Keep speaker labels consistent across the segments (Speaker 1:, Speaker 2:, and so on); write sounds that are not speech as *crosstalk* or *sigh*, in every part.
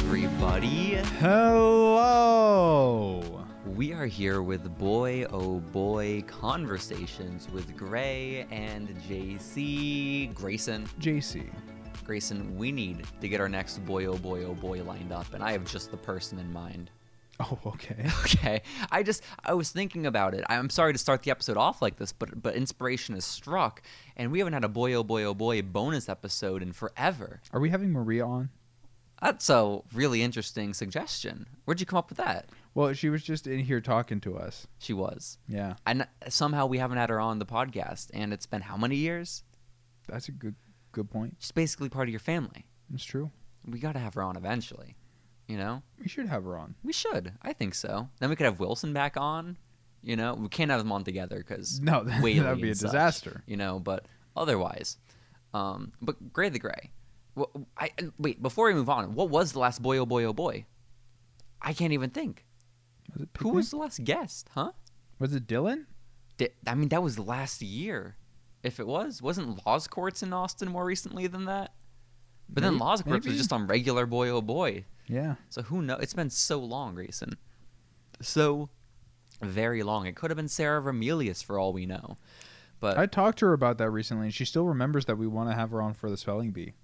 Speaker 1: everybody.
Speaker 2: Hello.
Speaker 1: We are here with Boy Oh Boy Conversations with Gray and JC. Grayson.
Speaker 2: JC.
Speaker 1: Grayson, we need to get our next Boy Oh Boy Oh Boy lined up, and I have just the person in mind. *laughs*
Speaker 2: Oh, okay.
Speaker 1: Okay. I just I was thinking about it. I'm sorry to start the episode off like this, but but inspiration is struck, and we haven't had a boy oh boy oh boy bonus episode in forever.
Speaker 2: *laughs* Are we having Maria on?
Speaker 1: That's a really interesting suggestion. Where'd you come up with that?
Speaker 2: Well, she was just in here talking to us.
Speaker 1: She was,
Speaker 2: Yeah.
Speaker 1: and somehow we haven't had her on the podcast, and it's been how many years?
Speaker 2: That's a good good point.
Speaker 1: She's basically part of your family.
Speaker 2: It's true.
Speaker 1: We got to have her on eventually. You know,
Speaker 2: We should have her on.
Speaker 1: we should. I think so. Then we could have Wilson back on. You know, we can't have them on together because
Speaker 2: No, *laughs* that
Speaker 1: Whaley
Speaker 2: would be a
Speaker 1: and such,
Speaker 2: disaster.
Speaker 1: you know. But otherwise, um, but Gray the Gray. Well, I wait before we move on. What was the last boy? Oh boy! Oh boy! I can't even think.
Speaker 2: Was it
Speaker 1: Who
Speaker 2: Picnic?
Speaker 1: was the last guest? Huh?
Speaker 2: Was it Dylan?
Speaker 1: Di- I mean, that was last year. If it was, wasn't Laws Courts in Austin more recently than that? But then
Speaker 2: May-
Speaker 1: Laws Courts was
Speaker 2: maybe.
Speaker 1: just on regular boy. Oh boy!
Speaker 2: Yeah.
Speaker 1: So who knows? It's been so long, Grayson. So very long. It could have been Sarah Remelius for all we know. *laughs* But
Speaker 2: I talked to her about that recently and she still remembers that we want to have her on for the spelling bee.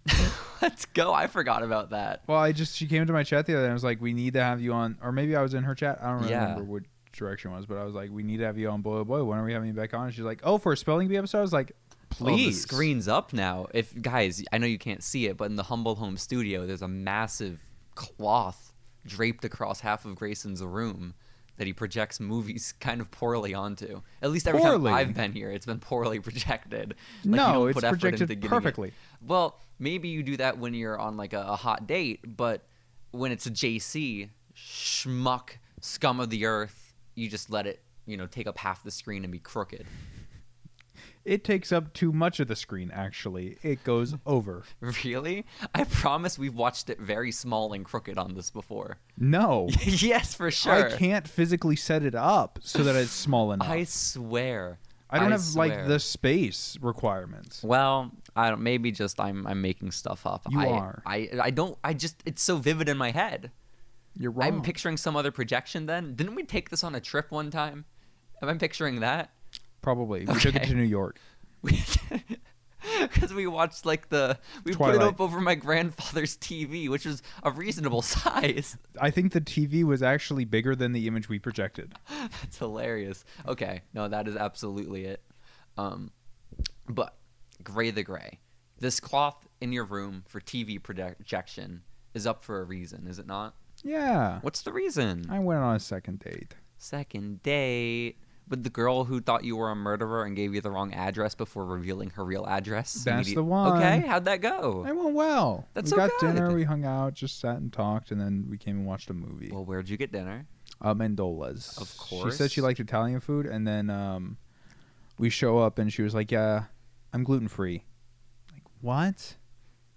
Speaker 1: let's go. I forgot about that.
Speaker 2: Well, I just she came to my chat the other day and I was like, We need to have you on or maybe I was in her chat. I don't really
Speaker 1: Yeah.
Speaker 2: remember what direction it was, but I was like, We need to have you on Boy Oh Boy, when are we having you back on? And she's like, Oh, for a spelling bee episode? I was like,
Speaker 1: Well, Oh, the
Speaker 2: Please
Speaker 1: screen's up now. If guys, I know you can't see it, but in the humble home studio, there's a massive cloth draped across half of Grayson's room that he projects movies *laughs* kind of poorly onto. At least every
Speaker 2: Poorly?
Speaker 1: time I've been here, it's been poorly *laughs* projected. Like, you
Speaker 2: No,
Speaker 1: don't
Speaker 2: it's
Speaker 1: put effort
Speaker 2: projected
Speaker 1: into getting it.
Speaker 2: perfectly.
Speaker 1: Well, maybe you do that when you're on like a, a hot date, but when it's a JC schmuck scum of the earth, you just let it, you know, take up half the screen and be crooked.
Speaker 2: It takes up too much of the screen, actually.
Speaker 1: *laughs*
Speaker 2: It goes over.
Speaker 1: Really? I promise we've watched it very small and crooked on this
Speaker 2: *laughs*
Speaker 1: before. *laughs*
Speaker 2: No.
Speaker 1: yes, for sure.
Speaker 2: I can't physically set it up so that it's small
Speaker 1: *laughs*
Speaker 2: enough.
Speaker 1: I
Speaker 2: I,
Speaker 1: swear.
Speaker 2: don't have like
Speaker 1: swear.
Speaker 2: the space requirements.
Speaker 1: Well, I don't. Maybe just I'm I'm making stuff up.
Speaker 2: You
Speaker 1: I,
Speaker 2: are.
Speaker 1: I I don't. I just it's so vivid in my head.
Speaker 2: You're wrong.
Speaker 1: I'm picturing some other projection. Then didn't we take this on a trip one time? Am I picturing that? *laughs*
Speaker 2: Probably. We took it
Speaker 1: Okay.
Speaker 2: to New York.
Speaker 1: Because we watched like the we put it
Speaker 2: Twilight.
Speaker 1: up over my grandfather's TV, which was a reasonable *laughs* size.
Speaker 2: I think the TV was actually bigger than the image we projected.
Speaker 1: *laughs* That's hilarious. Okay, no, that is absolutely it. Um, but Gray the Gray, this cloth in your room for TV projection is up for a reason, is it not?
Speaker 2: Yeah.
Speaker 1: What's the reason?
Speaker 2: I went on a second date.
Speaker 1: Second date with the girl who thought you were a murderer and gave you the wrong address before revealing her real address.
Speaker 2: That's
Speaker 1: immedi-
Speaker 2: the one.
Speaker 1: Okay, how'd that go?
Speaker 2: I went well.
Speaker 1: That's
Speaker 2: we
Speaker 1: so
Speaker 2: got
Speaker 1: good.
Speaker 2: dinner, we hung out, just sat and talked, and then we came and watched a movie.
Speaker 1: Well, where'd you get dinner?
Speaker 2: uh, Mendola's.
Speaker 1: Of
Speaker 2: She said she
Speaker 1: course.
Speaker 2: liked Italian food, and then um, we show up, and she was like, "Yeah, I'm gluten free." Like what?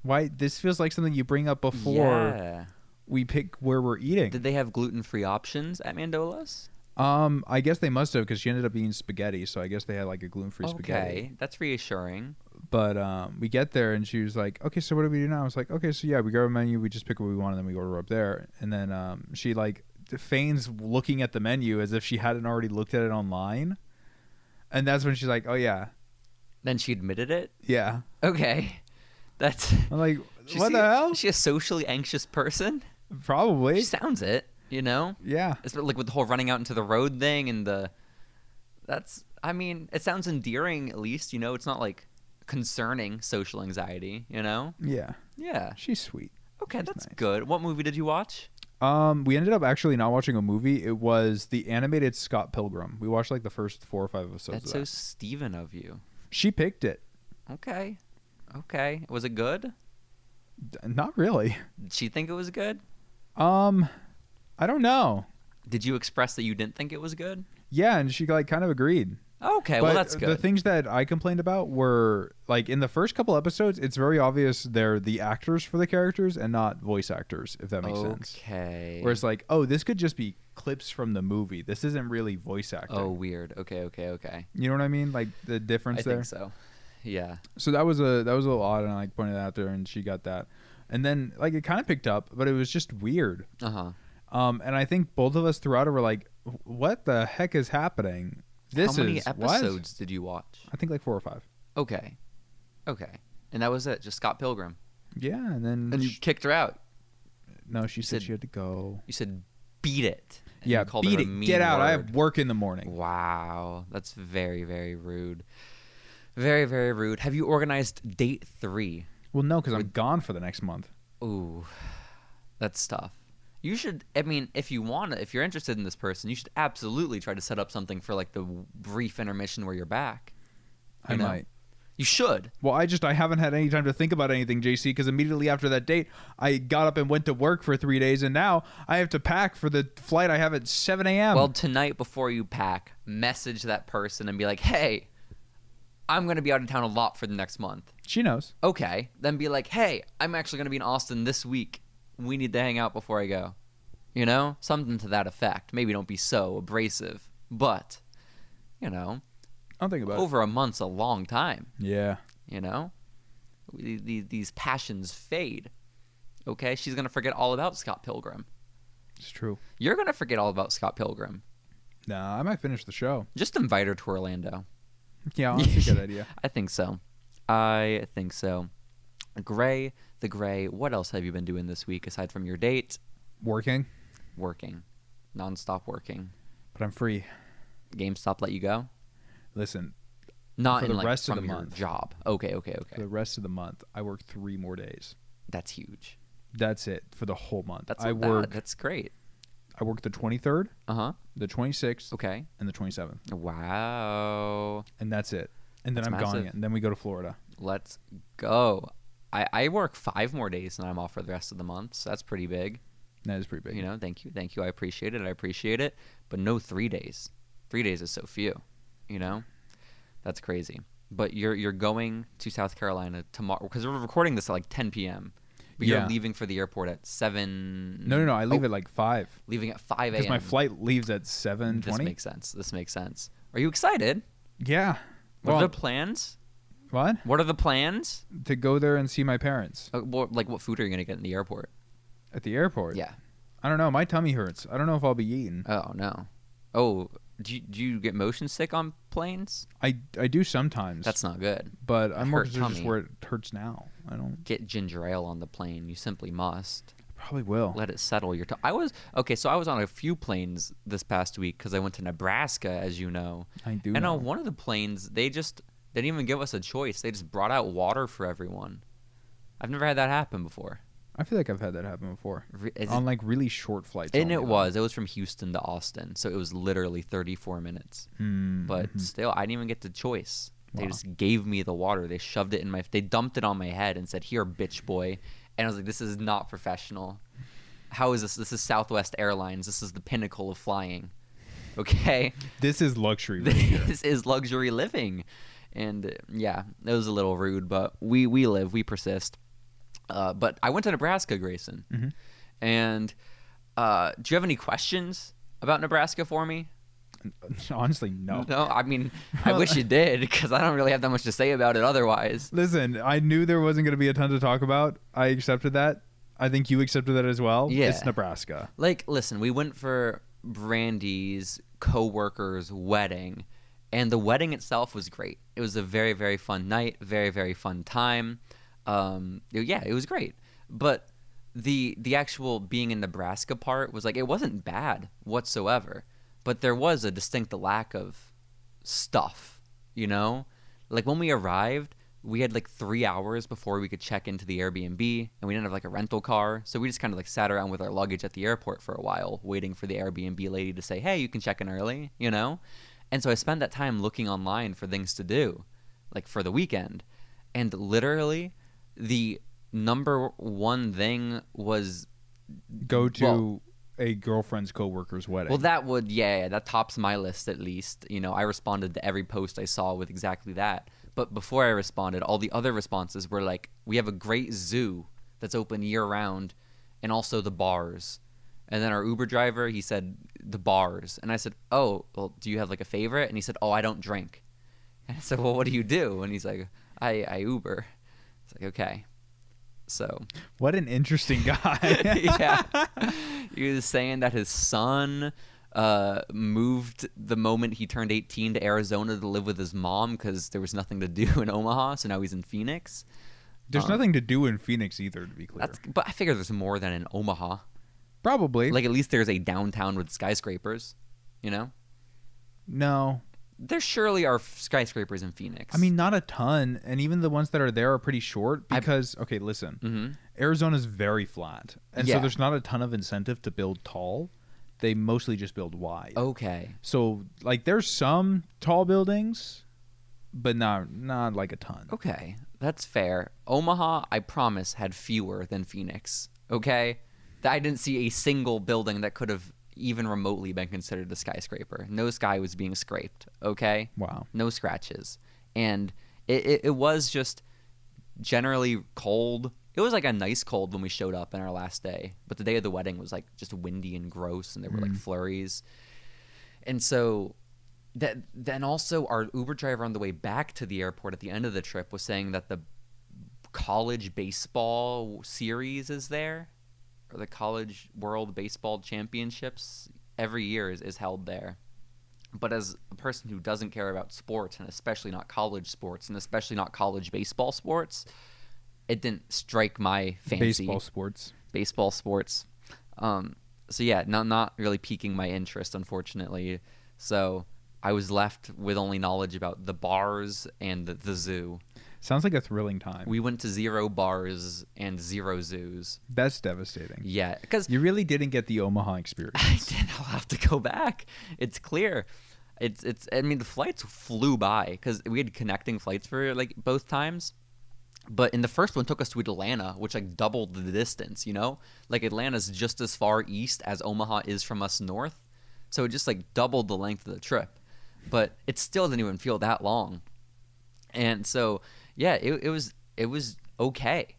Speaker 2: Why? This feels like something you bring up before
Speaker 1: Yeah.
Speaker 2: we pick where we're eating.
Speaker 1: Did they have gluten-free options at Mandola's?
Speaker 2: um, I guess they must have because she ended up eating spaghetti, so I guess they had like a gluten free spaghetti.
Speaker 1: Okay, that's reassuring.
Speaker 2: But um, we get there, and she was like, "Okay, so what do we do now?" I was like, "Okay, so yeah, we grab a menu, we just pick what we want, and then we order up there." And then um, she like feigns looking at the menu as if she hadn't already looked at it online, and that's when she's like, "Oh yeah,
Speaker 1: Then she admitted it.
Speaker 2: yeah."
Speaker 1: Okay, that's
Speaker 2: I'm like,
Speaker 1: She's
Speaker 2: "What the
Speaker 1: a-
Speaker 2: hell?"
Speaker 1: She a socially anxious person?
Speaker 2: Probably,
Speaker 1: She sounds it, you know.
Speaker 2: yeah.
Speaker 1: It's like with the whole running out into the road thing and the. That's. I mean, it sounds endearing at least. You know, it's not like concerning social anxiety. You know.
Speaker 2: Yeah,
Speaker 1: Yeah.
Speaker 2: she's sweet.
Speaker 1: Okay,
Speaker 2: She's
Speaker 1: that's
Speaker 2: nice.
Speaker 1: good. What movie did you watch?
Speaker 2: Um, we ended up actually not watching a movie. It was the animated Scott Pilgrim. We watched like the first four or five episodes.
Speaker 1: that's
Speaker 2: Of
Speaker 1: so
Speaker 2: that.
Speaker 1: Steven of you.
Speaker 2: She picked it.
Speaker 1: Okay. Okay. Was it good?
Speaker 2: D- Not really.
Speaker 1: Did she think it was good?
Speaker 2: Um, I don't know.
Speaker 1: Did you express that you didn't think it was good?
Speaker 2: Yeah, and she like kind of agreed.
Speaker 1: Okay,
Speaker 2: but
Speaker 1: well that's
Speaker 2: The
Speaker 1: good.
Speaker 2: things that I complained about were like in the first couple episodes, it's very obvious they're the actors for the characters and not voice actors, if that makes sense.
Speaker 1: okay.
Speaker 2: Where it's like, oh, this could just be clips from the movie. This isn't really voice acting.
Speaker 1: Oh, weird. Okay, okay, okay.
Speaker 2: You know what I mean? Like the difference
Speaker 1: I
Speaker 2: there.
Speaker 1: think so. Yeah.
Speaker 2: so that was a that was a little odd, and I like pointed that out there, and she got that. And then like it kind of picked up, but it was just weird.
Speaker 1: Uh huh.
Speaker 2: Um, and I think both of us throughout it were like, "What the heck is happening? This
Speaker 1: How many
Speaker 2: is what?"
Speaker 1: episodes did you watch?
Speaker 2: I think like four or five.
Speaker 1: Okay, okay, and that was it. Just Scott Pilgrim,
Speaker 2: Yeah, and then
Speaker 1: and you
Speaker 2: sh-
Speaker 1: kicked her out.
Speaker 2: no, she
Speaker 1: you
Speaker 2: said,
Speaker 1: said-
Speaker 2: she had to go.
Speaker 1: You said, "Beat it." and
Speaker 2: yeah,
Speaker 1: you called
Speaker 2: beat
Speaker 1: her a
Speaker 2: it,
Speaker 1: mean
Speaker 2: get out. I have
Speaker 1: word.
Speaker 2: work in the morning.
Speaker 1: Wow, that's very very rude. Very very rude. Have you organized date three?
Speaker 2: Well, no, because I'm gone for the next month.
Speaker 1: Ooh, that's tough. You should. I mean, if you want to, if you're interested in this person, you should absolutely try to set up something for like the w- brief intermission where you're back.
Speaker 2: I
Speaker 1: You know.
Speaker 2: might.
Speaker 1: You should.
Speaker 2: Well, I just I haven't had any time to think about anything, JC, because immediately after that date, I got up and went to work for three days, and now I have to pack for the flight I have at seven a.m.
Speaker 1: Well, tonight before you pack, message that person and be like, "Hey, I'm gonna be out of town a lot for the next month."
Speaker 2: she knows.
Speaker 1: Okay. Then be like, "Hey, I'm actually gonna be in Austin this week. We need to hang out before I go." You know, something to that effect. Maybe don't be so abrasive, but you know,
Speaker 2: I'll think about
Speaker 1: over a month's a long time.
Speaker 2: it. Yeah.
Speaker 1: You know, The- the- these passions fade. Okay, she's gonna forget all about Scott Pilgrim.
Speaker 2: It's true.
Speaker 1: You're gonna forget all about Scott Pilgrim.
Speaker 2: Nah, I might finish
Speaker 1: *laughs*
Speaker 2: the show.
Speaker 1: Just invite her to Orlando.
Speaker 2: Yeah, honestly, good idea.
Speaker 1: I think so. I think so. Gray, the Gray. What else have you been doing this week aside from your date?
Speaker 2: Working,
Speaker 1: Working, nonstop working.
Speaker 2: but I'm free.
Speaker 1: GameStop let you go.
Speaker 2: Listen,
Speaker 1: Not
Speaker 2: For
Speaker 1: in
Speaker 2: the
Speaker 1: like
Speaker 2: rest of
Speaker 1: from
Speaker 2: the
Speaker 1: your
Speaker 2: month.
Speaker 1: job. Okay, okay,
Speaker 2: for
Speaker 1: okay.
Speaker 2: the rest of the month, I work three more days.
Speaker 1: That's huge.
Speaker 2: That's it for the whole month.
Speaker 1: That's
Speaker 2: I
Speaker 1: not bad.
Speaker 2: work.
Speaker 1: That's great.
Speaker 2: I work the 23rd,
Speaker 1: Uh huh.
Speaker 2: the 26th,
Speaker 1: Okay.
Speaker 2: and the 27th,
Speaker 1: Wow.
Speaker 2: and that's it. And then
Speaker 1: That's
Speaker 2: I'm gone
Speaker 1: massive.
Speaker 2: again. And then we go to Florida.
Speaker 1: Let's go. I, I work five more days and I'm off for the rest of the month, so that's pretty big.
Speaker 2: That is pretty big.
Speaker 1: You know, thank you, thank you. I appreciate it. I appreciate it. But no three days. Three days is so few. You know, that's crazy. But you're you're going to South Carolina tomorrow because we're recording this at like 10 p.m. But
Speaker 2: Yeah.
Speaker 1: you're leaving for the airport at seven.
Speaker 2: No, no, no. I leave
Speaker 1: Oh,
Speaker 2: at like five
Speaker 1: leaving at 5 a.m.
Speaker 2: because my flight leaves at seven
Speaker 1: This
Speaker 2: twenty.
Speaker 1: makes sense. This makes sense. Are you excited?
Speaker 2: Yeah.
Speaker 1: What
Speaker 2: Well,
Speaker 1: are the plans?
Speaker 2: what?
Speaker 1: What are the plans?
Speaker 2: To go there and see my parents
Speaker 1: Uh, what- Like, what food are you gonna get in the airport?
Speaker 2: at the airport.
Speaker 1: Yeah.
Speaker 2: I don't know. My tummy hurts. I don't know if I'll be eating.
Speaker 1: Oh no. Oh, do you, do you get motion sick on planes?
Speaker 2: I I do sometimes.
Speaker 1: That's not good.
Speaker 2: But I'm more
Speaker 1: hurt
Speaker 2: concerned just
Speaker 1: tummy.
Speaker 2: where it hurts now. I don't.
Speaker 1: Get ginger ale on the plane. You simply must
Speaker 2: Probably will.
Speaker 1: let it settle your. T- I was okay. So I was on a few planes this past week because I went to Nebraska, as you know.
Speaker 2: I do.
Speaker 1: and
Speaker 2: know.
Speaker 1: on one of the planes, they just they didn't even give us a choice. They just brought out water for everyone. I've never had that happen before.
Speaker 2: I feel like I've had that happen before.
Speaker 1: Re- is it-
Speaker 2: on like really short flights.
Speaker 1: and
Speaker 2: only,
Speaker 1: it
Speaker 2: though.
Speaker 1: was. It was from Houston to Austin, so it was literally 34 minutes.
Speaker 2: Hmm.
Speaker 1: but still i didn't even get the choice they
Speaker 2: Wow.
Speaker 1: just gave me the water they shoved it in my they dumped it on my head and said here bitch boy and i was like this is not professional how is this this is southwest airlines this is the pinnacle of flying okay
Speaker 2: this is
Speaker 1: *laughs*
Speaker 2: luxury. right?
Speaker 1: this is luxury living and uh, yeah it was a little rude but we we live we persist uh, but i went to nebraska grayson
Speaker 2: Mhm.
Speaker 1: and uh, do you have any questions about nebraska for me
Speaker 2: Honestly, no.
Speaker 1: no, I mean, I wish you did because I don't really have that much to say about it otherwise.
Speaker 2: Listen, I knew there wasn't going to be a ton to talk about. I accepted that. I think you accepted that as well.
Speaker 1: Yeah.
Speaker 2: It's Nebraska.
Speaker 1: Like, listen, we went for Brandy's coworker's wedding, and the wedding itself was great. It was a very, very fun night, very, very fun time. Um, yeah, it was great. But the the actual being in Nebraska part was like it wasn't bad whatsoever, but there was a distinct lack of stuff, you know? Like when we arrived, we had like three hours before we could check into the Airbnb and we didn't have like a rental car. So we just kind of like sat around with our luggage at the airport for a while, waiting for the Airbnb lady to say, hey, you can check in early, you know? And so I spent that time looking online for things to do, like for the weekend. And literally, the number one thing was
Speaker 2: Go to
Speaker 1: Well-
Speaker 2: a girlfriend's coworker's wedding.
Speaker 1: well, that would yeah, yeah, that tops my list at least. You know, I responded to every post I saw with exactly that. But before I responded, all the other responses were like, "We have a great zoo that's open year round, and also the bars." And then our Uber driver, he said the bars, and I said, "Oh, well, do you have like a favorite?" And he said, "Oh, I don't drink." *laughs* And I said, "Well, what do you do?" And he's like, "I I Uber." It's like, "Okay." So
Speaker 2: What an interesting *laughs* guy.
Speaker 1: *laughs* yeah. He was saying that his son uh, moved the moment he turned 18 to Arizona to live with his mom because there was nothing to do *laughs* in Omaha. So now he's in Phoenix.
Speaker 2: There's nothing to do in Phoenix either, to be clear.
Speaker 1: Uh-huh. That's, but I figure there's more than in Omaha.
Speaker 2: Probably.
Speaker 1: Like, at least there's a downtown with skyscrapers, you know?
Speaker 2: no.
Speaker 1: There surely are skyscrapers in Phoenix.
Speaker 2: I mean, not a ton. And even the ones that are there are pretty short
Speaker 1: I-
Speaker 2: because, okay, listen,
Speaker 1: hmm
Speaker 2: Arizona's very flat. And
Speaker 1: Yeah.
Speaker 2: so there's not a ton of incentive to build tall. They mostly just build wide.
Speaker 1: okay.
Speaker 2: So, like, there's some tall buildings, but not, not like a ton.
Speaker 1: Okay. That's fair. Omaha, I promise, had fewer than Phoenix. Okay? That- I didn't see a single building that could have even remotely been considered a skyscraper. No sky was being scraped. Okay?
Speaker 2: Wow.
Speaker 1: no scratches and it, it, it was just generally cold it was like a nice cold when we showed up on our last day but the day of the wedding was like just windy and gross and there were like flurries and so that then also our uber driver on the way back to the airport at the end of the trip was saying that the college baseball series is there or the college world baseball championships every year is, is held there but as a person who doesn't care about sports and especially not college sports and especially not college baseball sports it didn't strike my fancy
Speaker 2: Baseball sports.
Speaker 1: baseball sports. Um, so yeah, not not really piquing my interest, unfortunately. So I was left with only knowledge about the bars and the, the zoo.
Speaker 2: Sounds like a thrilling time.
Speaker 1: We went to zero bars and zero zoos.
Speaker 2: That's devastating.
Speaker 1: Yeah, because
Speaker 2: You really didn't get the Omaha experience.
Speaker 1: *laughs* I did. I'll have to go back. It's clear. It's it's. I mean, the flights flew by because we had connecting flights for like both times. But in the first one took us to Atlanta, which like doubled the distance. You know, like Atlanta's just as far east as Omaha is from us north, so it just like doubled the length of the trip. But it still didn't even feel that long. And so, yeah, it, it was it was okay.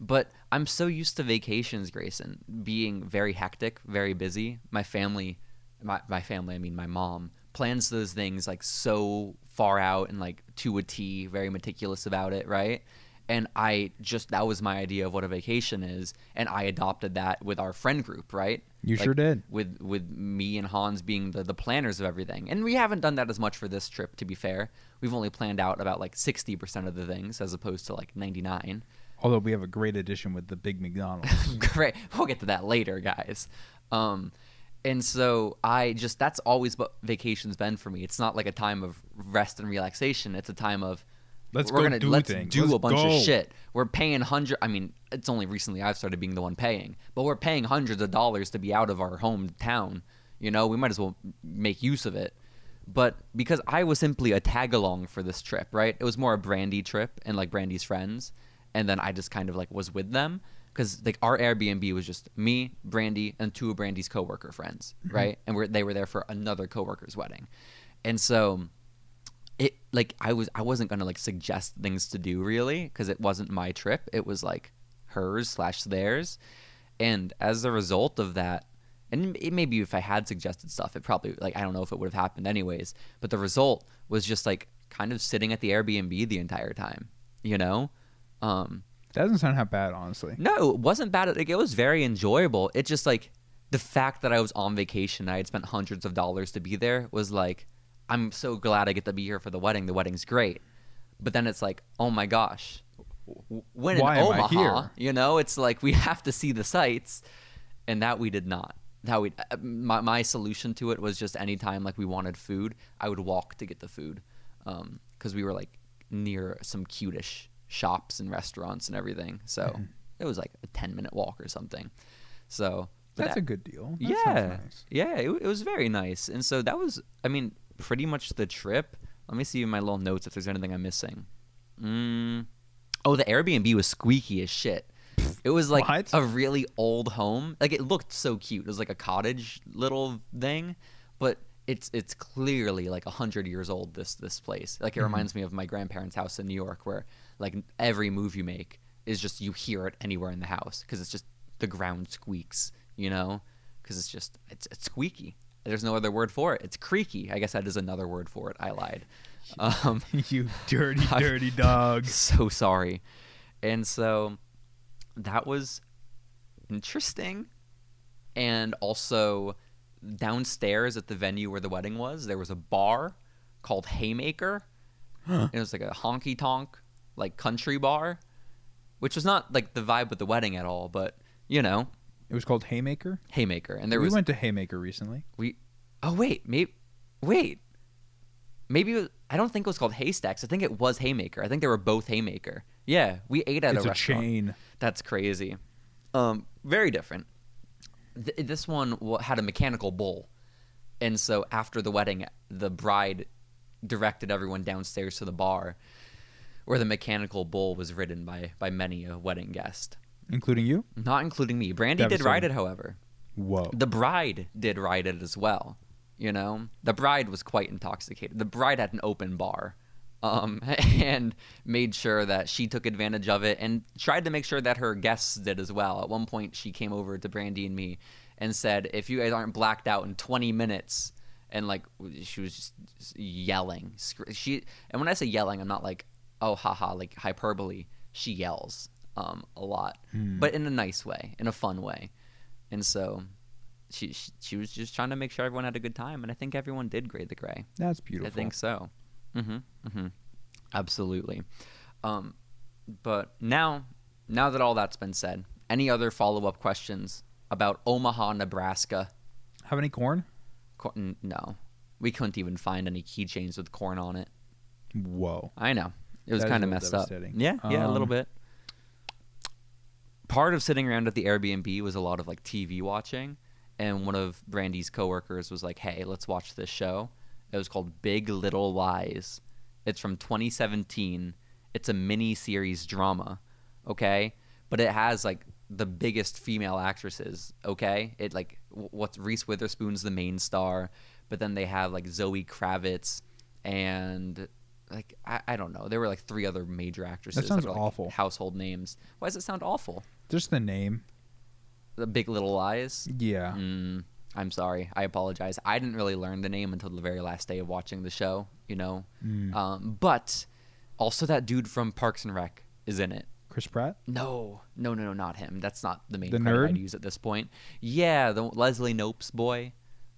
Speaker 1: But I'm so used to vacations, Grayson, being very hectic, very busy. My family, my, my family, I mean my mom, plans those things like so far out and like to a T, very meticulous about it, right? And I just, that was my idea of what a vacation is. And I adopted that with our friend group, right?
Speaker 2: You
Speaker 1: Like,
Speaker 2: sure did.
Speaker 1: with with me and Hans being the, the planners of everything. And we haven't done that as much for this trip, to be fair. We've only planned out about like sixty percent of the things as opposed to like ninety nine.
Speaker 2: Although we have a great addition with the Big McDonald's.
Speaker 1: *laughs* Great. We'll get to that later, guys. Um and so I just that's always what vacation's been for me. It's not like a time of rest and relaxation. It's a time of
Speaker 2: Let's
Speaker 1: we're
Speaker 2: go
Speaker 1: gonna
Speaker 2: do
Speaker 1: let's
Speaker 2: things.
Speaker 1: do
Speaker 2: Let's
Speaker 1: a bunch
Speaker 2: go.
Speaker 1: of shit. We're paying hundred. I mean, it's only recently I've started being the one paying, but we're paying hundreds of dollars to be out of our hometown. You know, we might as well make use of it. But because I was simply a tag along for this trip, right? It was more a Brandy trip and like Brandy's friends, and then I just kind of like was with them because like our Airbnb was just me, Brandy, and two of Brandy's coworker friends, right? And we're, they were there for another coworker's wedding, and so it like I was I wasn't gonna like suggest things to do really because it wasn't my trip. It was like hers slash theirs, and as a result of that, and it, maybe if I had suggested stuff, it probably like I don't know if it would have happened anyways. But the result was just like kind of sitting at the Airbnb the entire time, you know. Um,
Speaker 2: That doesn't sound that bad, honestly.
Speaker 1: no, it wasn't bad. Like, it was very enjoyable. It just like the fact that I was on vacation, I had spent hundreds of dollars to be there, was like, I'm so glad I get to be here for the wedding. The wedding's great. But then it's like, oh my gosh, w- when
Speaker 2: Why
Speaker 1: in
Speaker 2: am I
Speaker 1: Omaha,
Speaker 2: here?
Speaker 1: you know, it's like we *laughs* have to see the sights, and that we did not. That we, uh, my my solution to it was just anytime like we wanted food, I would walk to get the food, because we were like near some cutish shops and restaurants and everything. So
Speaker 2: Mm-hmm.
Speaker 1: it was like a ten minute walk or something. So but
Speaker 2: That's
Speaker 1: that-
Speaker 2: a good deal. That
Speaker 1: yeah
Speaker 2: sounds nice.
Speaker 1: yeah it, it was very nice and so that was i mean pretty much the trip let me see in my little notes if there's anything i'm missing mm. oh the airbnb was squeaky as shit it was like
Speaker 2: What?
Speaker 1: a really old home like it looked so cute it was like a cottage little thing but it's it's clearly like 100 years old this this place like it reminds me of my grandparents house in new york where like every move you make is just you hear it anywhere in the house because it's just the ground squeaks you know because it's just it's, it's squeaky there's no other word for it it's creaky i guess that is another word for it i
Speaker 2: *laughs*
Speaker 1: lied um *laughs*
Speaker 2: you dirty,
Speaker 1: I've- *laughs*
Speaker 2: dirty dog.
Speaker 1: so sorry. And so that was interesting. And also, downstairs at the venue where the wedding was, there was a bar called Haymaker.
Speaker 2: Huh.
Speaker 1: It was like a honky tonk, like country bar, which was not like the vibe with the wedding at all, but you know,
Speaker 2: It was called Haymaker.
Speaker 1: Haymaker. And there
Speaker 2: we
Speaker 1: was
Speaker 2: went to Haymaker recently.
Speaker 1: we oh wait maybe wait maybe it was- i don't think it was called haystacks i think it was haymaker i think they were both haymaker yeah we ate at
Speaker 2: it's
Speaker 1: a
Speaker 2: a,
Speaker 1: restaurant
Speaker 2: chain.
Speaker 1: that's crazy um very different Th- this one w- had a mechanical bull and so after the wedding the bride directed everyone downstairs to the bar where the mechanical bull was ridden by by many a wedding guest
Speaker 2: including you.
Speaker 1: not including me brandy did ride
Speaker 2: Devastating.
Speaker 1: it however
Speaker 2: Whoa.
Speaker 1: the bride did ride it as well. You know, the bride was quite intoxicated. The bride had an open bar, um, *laughs* and made sure that she took advantage of it, and tried to make sure that her guests did as well. At one point, she came over to Brandy and me, and said, "If you guys aren't blacked out in 20 minutes." And like she was just yelling, scr- she and when I say yelling, I'm not like oh haha like hyperbole. She yells um, a lot,
Speaker 2: Hmm.
Speaker 1: but in a nice way, in a fun way, and so she, she she was just trying to make sure everyone had a good time, and I think everyone did grade the gray.
Speaker 2: That's beautiful.
Speaker 1: I think so. Mm-hmm. Mm-hmm. Absolutely. Um, but now, now that all that's been said, any other follow up questions about Omaha, Nebraska?
Speaker 2: Have any corn?
Speaker 1: Cor- n- no, we couldn't even find any keychains with corn on it.
Speaker 2: Whoa.
Speaker 1: I know it was
Speaker 2: That is a
Speaker 1: kind of
Speaker 2: little
Speaker 1: messed up.
Speaker 2: devastating.
Speaker 1: Yeah, yeah, a little
Speaker 2: Um,
Speaker 1: bit. Part of sitting around at the Airbnb was a lot of like TV watching, and one of Brandy's coworkers was like, "Hey, let's watch this show." It was called Big Little Lies. It's from 2017. It's a mini series drama, okay? But it has like the biggest female actresses, okay? It like wh- what's Reese Witherspoon's the main star, but then they have like Zoe Kravitz and like I, I don't know. There were like three other major actresses.
Speaker 2: sounds
Speaker 1: were, like,
Speaker 2: awful.
Speaker 1: Household names. Why does it sound awful?
Speaker 2: Just the name.
Speaker 1: The Big Little Lies.
Speaker 2: Yeah.
Speaker 1: Mm, I'm sorry. I apologize. I didn't really learn the name until the very last day of watching the show, you know?
Speaker 2: Mm.
Speaker 1: Um, but also, that dude from Parks and Rec is in it.
Speaker 2: Chris Pratt.
Speaker 1: No, no, no, no, not him. That's not the main
Speaker 2: The
Speaker 1: credit I'd
Speaker 2: nerd?
Speaker 1: use at this point. Yeah, the Leslie Nope's boy.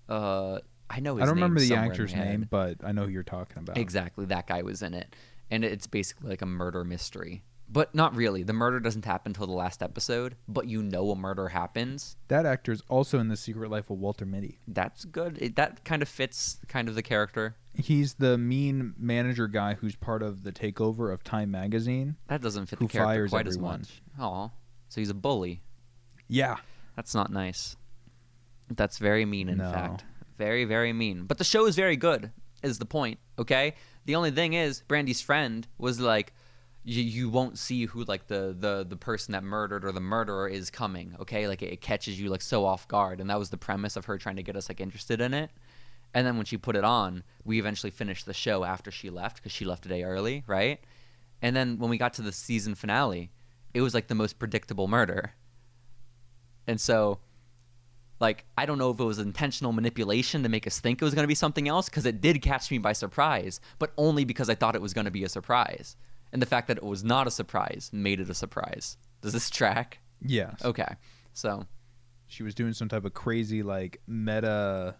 Speaker 1: Uh, I know his
Speaker 2: I don't
Speaker 1: name
Speaker 2: remember the
Speaker 1: somewhere in
Speaker 2: actor's
Speaker 1: my head.
Speaker 2: name, but I know who you're talking about.
Speaker 1: Exactly, that guy was in it, and it's basically like a murder mystery, but not really. The murder doesn't happen until the last episode, but you know a murder happens.
Speaker 2: That actor is also in The Secret Life of Walter Mitty.
Speaker 1: That's good. It, that kind of fits kind of the character.
Speaker 2: He's the mean manager guy who's part of the takeover of Time magazine.
Speaker 1: That doesn't fit
Speaker 2: Who
Speaker 1: the character
Speaker 2: fires
Speaker 1: quite
Speaker 2: everyone.
Speaker 1: as much. Aw, so he's a bully.
Speaker 2: Yeah.
Speaker 1: That's not nice. That's very mean, in
Speaker 2: No.
Speaker 1: fact. Very, very mean. But the show is very good, is the point, okay? The only thing is, Brandy's friend was like, you, you won't see who like the, the the person that murdered or the murderer is coming okay like it, it catches you like so off guard and that was the premise of her trying to get us like interested in it and then when she put it on we eventually finished the show after she left because she left a day early right and then when we got to the season finale it was like the most predictable murder and so, like, I don't know if it was intentional manipulation to make us think it was going to be something else because it did catch me by surprise, but only because I thought it was going to be a surprise. And the fact that it was not a surprise made it a surprise. Does this track?
Speaker 2: Yes.
Speaker 1: Okay. So,
Speaker 2: She was doing some type of crazy like meta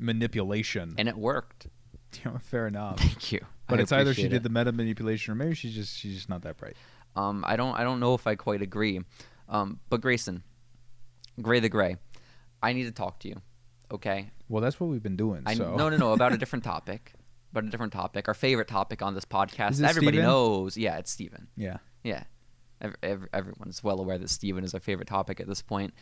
Speaker 2: manipulation. *laughs*
Speaker 1: and it worked. *laughs*
Speaker 2: You know, fair enough.
Speaker 1: Thank you.
Speaker 2: But
Speaker 1: I
Speaker 2: it's either she
Speaker 1: appreciate
Speaker 2: did
Speaker 1: it.
Speaker 2: the meta manipulation or maybe she's just she's just not that bright.
Speaker 1: Um, I don't. I don't know if I quite agree. Um, but Grayson, Gray the Gray, I need to talk to you. Okay.
Speaker 2: Well, that's what we've been doing.
Speaker 1: I,
Speaker 2: so
Speaker 1: No, no, no.
Speaker 2: *laughs*
Speaker 1: About a different topic. About a different topic. Our favorite topic on this podcast.
Speaker 2: Is it
Speaker 1: Everybody
Speaker 2: Steven?
Speaker 1: knows. Yeah, it's Steven.
Speaker 2: yeah, *laughs*
Speaker 1: Yeah. Ev ev everyone's well aware that Steven is our favorite topic at this point.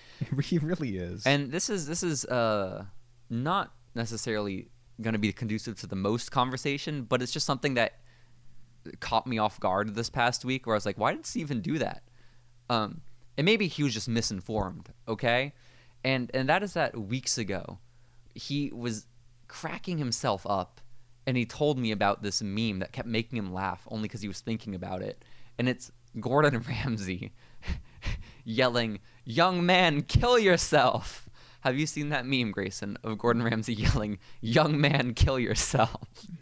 Speaker 2: he really is.
Speaker 1: And this is this is uh, not necessarily going to be conducive to the most conversation, but it's just something that caught me off guard this past week, where I was like, "Why did Steven do that?" Um, and maybe he was just misinformed, okay? And and that is that weeks ago, he was cracking himself up, and he told me about this meme that kept making him laugh only because he was thinking about it, and it's Gordon *laughs* Ramsay yelling, "Young man, kill yourself." Have you seen that meme, Grayson, of Gordon Ramsay *laughs* yelling, "Young man, kill yourself"?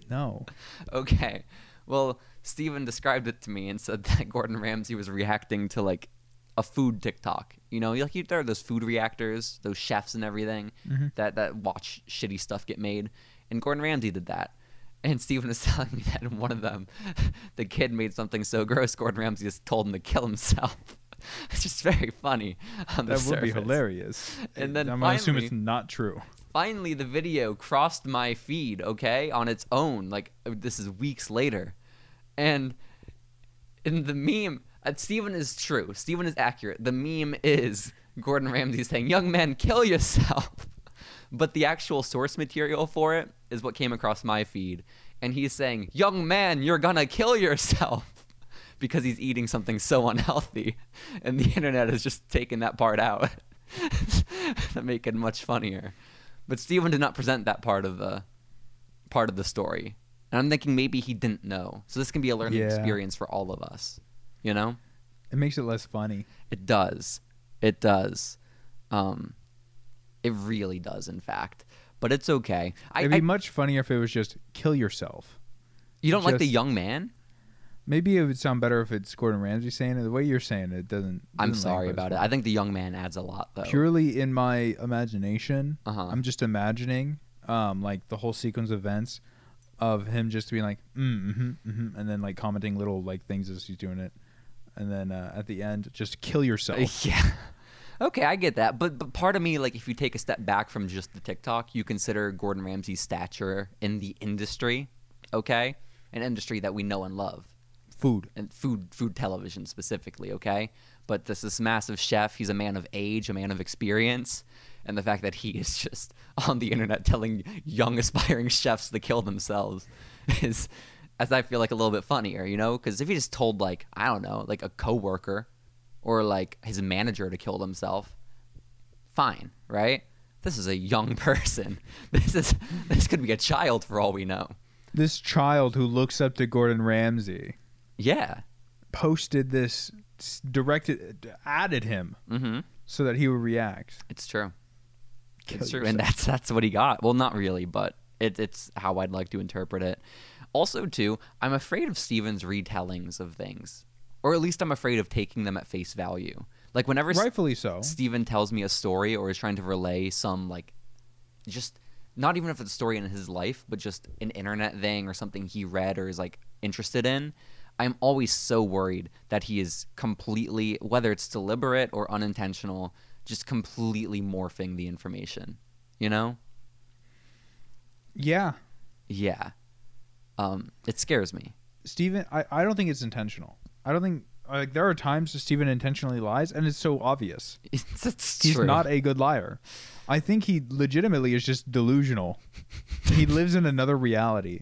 Speaker 2: no,
Speaker 1: *laughs* okay. Well, Steven described it to me and said that Gordon Ramsay was reacting to like a food TikTok. You know, like you, there are those food reactors, those chefs and everything
Speaker 2: Mm-hmm.
Speaker 1: that that watch shitty stuff get made. And Gordon Ramsay did that. And Steven was *laughs* telling me that in one of them, *laughs* the kid made something so gross, Gordon Ramsay just told him to kill himself. *laughs* it's just very funny. On *laughs* the
Speaker 2: That would be
Speaker 1: surface.
Speaker 2: hilarious.
Speaker 1: And then
Speaker 2: I'm gonna assume it's
Speaker 1: finally-
Speaker 2: not true.
Speaker 1: Finally, the video crossed my feed, okay, on its own. Like, this is weeks later. And in the meme, uh, Steven is true. Steven is accurate. The meme is Gordon Ramsay saying, Young man, kill yourself. *laughs* But the actual source material for it is what came across my feed. And he's saying, Young man, you're gonna kill yourself. *laughs* Because he's eating something so unhealthy. *laughs* And the internet has just taken that part out *laughs* to make it much funnier. But Steven did not present that part of the part of the story. And I'm thinking maybe he didn't know. So this can be a learning
Speaker 2: Yeah.
Speaker 1: experience for all of us. You know?
Speaker 2: It makes it less funny.
Speaker 1: It does. It does. Um it really does, in fact. But it's okay. I,
Speaker 2: It'd be
Speaker 1: I
Speaker 2: much funnier if it was just kill yourself.
Speaker 1: you don't like the
Speaker 2: just-
Speaker 1: young man?
Speaker 2: Maybe it would sound better if it's Gordon Ramsay saying it. The way you're saying it doesn't.
Speaker 1: I'm
Speaker 2: doesn't
Speaker 1: sorry
Speaker 2: land quite
Speaker 1: about it.
Speaker 2: as
Speaker 1: I think the young man adds a lot though.
Speaker 2: well. Purely in my imagination,
Speaker 1: Uh-huh. *laughs*
Speaker 2: I'm just imagining, um, like the whole sequence of events, of him just being like, mm, hmm hmm and then like commenting little like things as he's doing it, and then uh, at the end, just kill
Speaker 1: Uh,
Speaker 2: yourself.
Speaker 1: Yeah. Okay, I get that. But but part of me, like, if you take a step back from just the TikTok, you consider Gordon Ramsay's stature in the industry, okay? An industry that we know and love.
Speaker 2: Food.
Speaker 1: And food food television specifically, okay? But this this massive chef, he's a man of age, a man of experience, and the fact that he is just *laughs* on the internet telling young aspiring *laughs* chefs to kill themselves *laughs* is as I feel like a little bit funnier, you know? Because if he just told like, I don't know, like a coworker or like his manager to kill himself. Fine, right? This is a young *laughs* person. This is this could be a child for all we know.
Speaker 2: This child who looks up to Gordon Ramsay
Speaker 1: Yeah.
Speaker 2: posted this, s- directed, added him
Speaker 1: Mm-hmm.
Speaker 2: so that he would react.
Speaker 1: It's true.
Speaker 2: Kill
Speaker 1: it's true, and
Speaker 2: yourself.
Speaker 1: that's that's what he got. Well, not really, but it, it's how I'd like to interpret it. Also, too, I'm afraid of Steven's retellings of things, or at least I'm afraid of taking them at face value. Like whenever S-
Speaker 2: Rightfully so.
Speaker 1: Steven tells me a story or is trying to relay some like just not even if it's a story in his life, but just an internet thing or something he read or is like interested in, I'm always so worried that he is completely whether it's deliberate or unintentional, just completely morphing the information. You know?
Speaker 2: Yeah.
Speaker 1: Yeah. Um, it scares me. *laughs*
Speaker 2: Steven, I, I don't think it's intentional. I don't think like there are times that Steven intentionally lies and it's so obvious.
Speaker 1: It's, it's
Speaker 2: He's
Speaker 1: true.
Speaker 2: not a good liar. I think he legitimately is just delusional.
Speaker 1: *laughs*
Speaker 2: he lives in another reality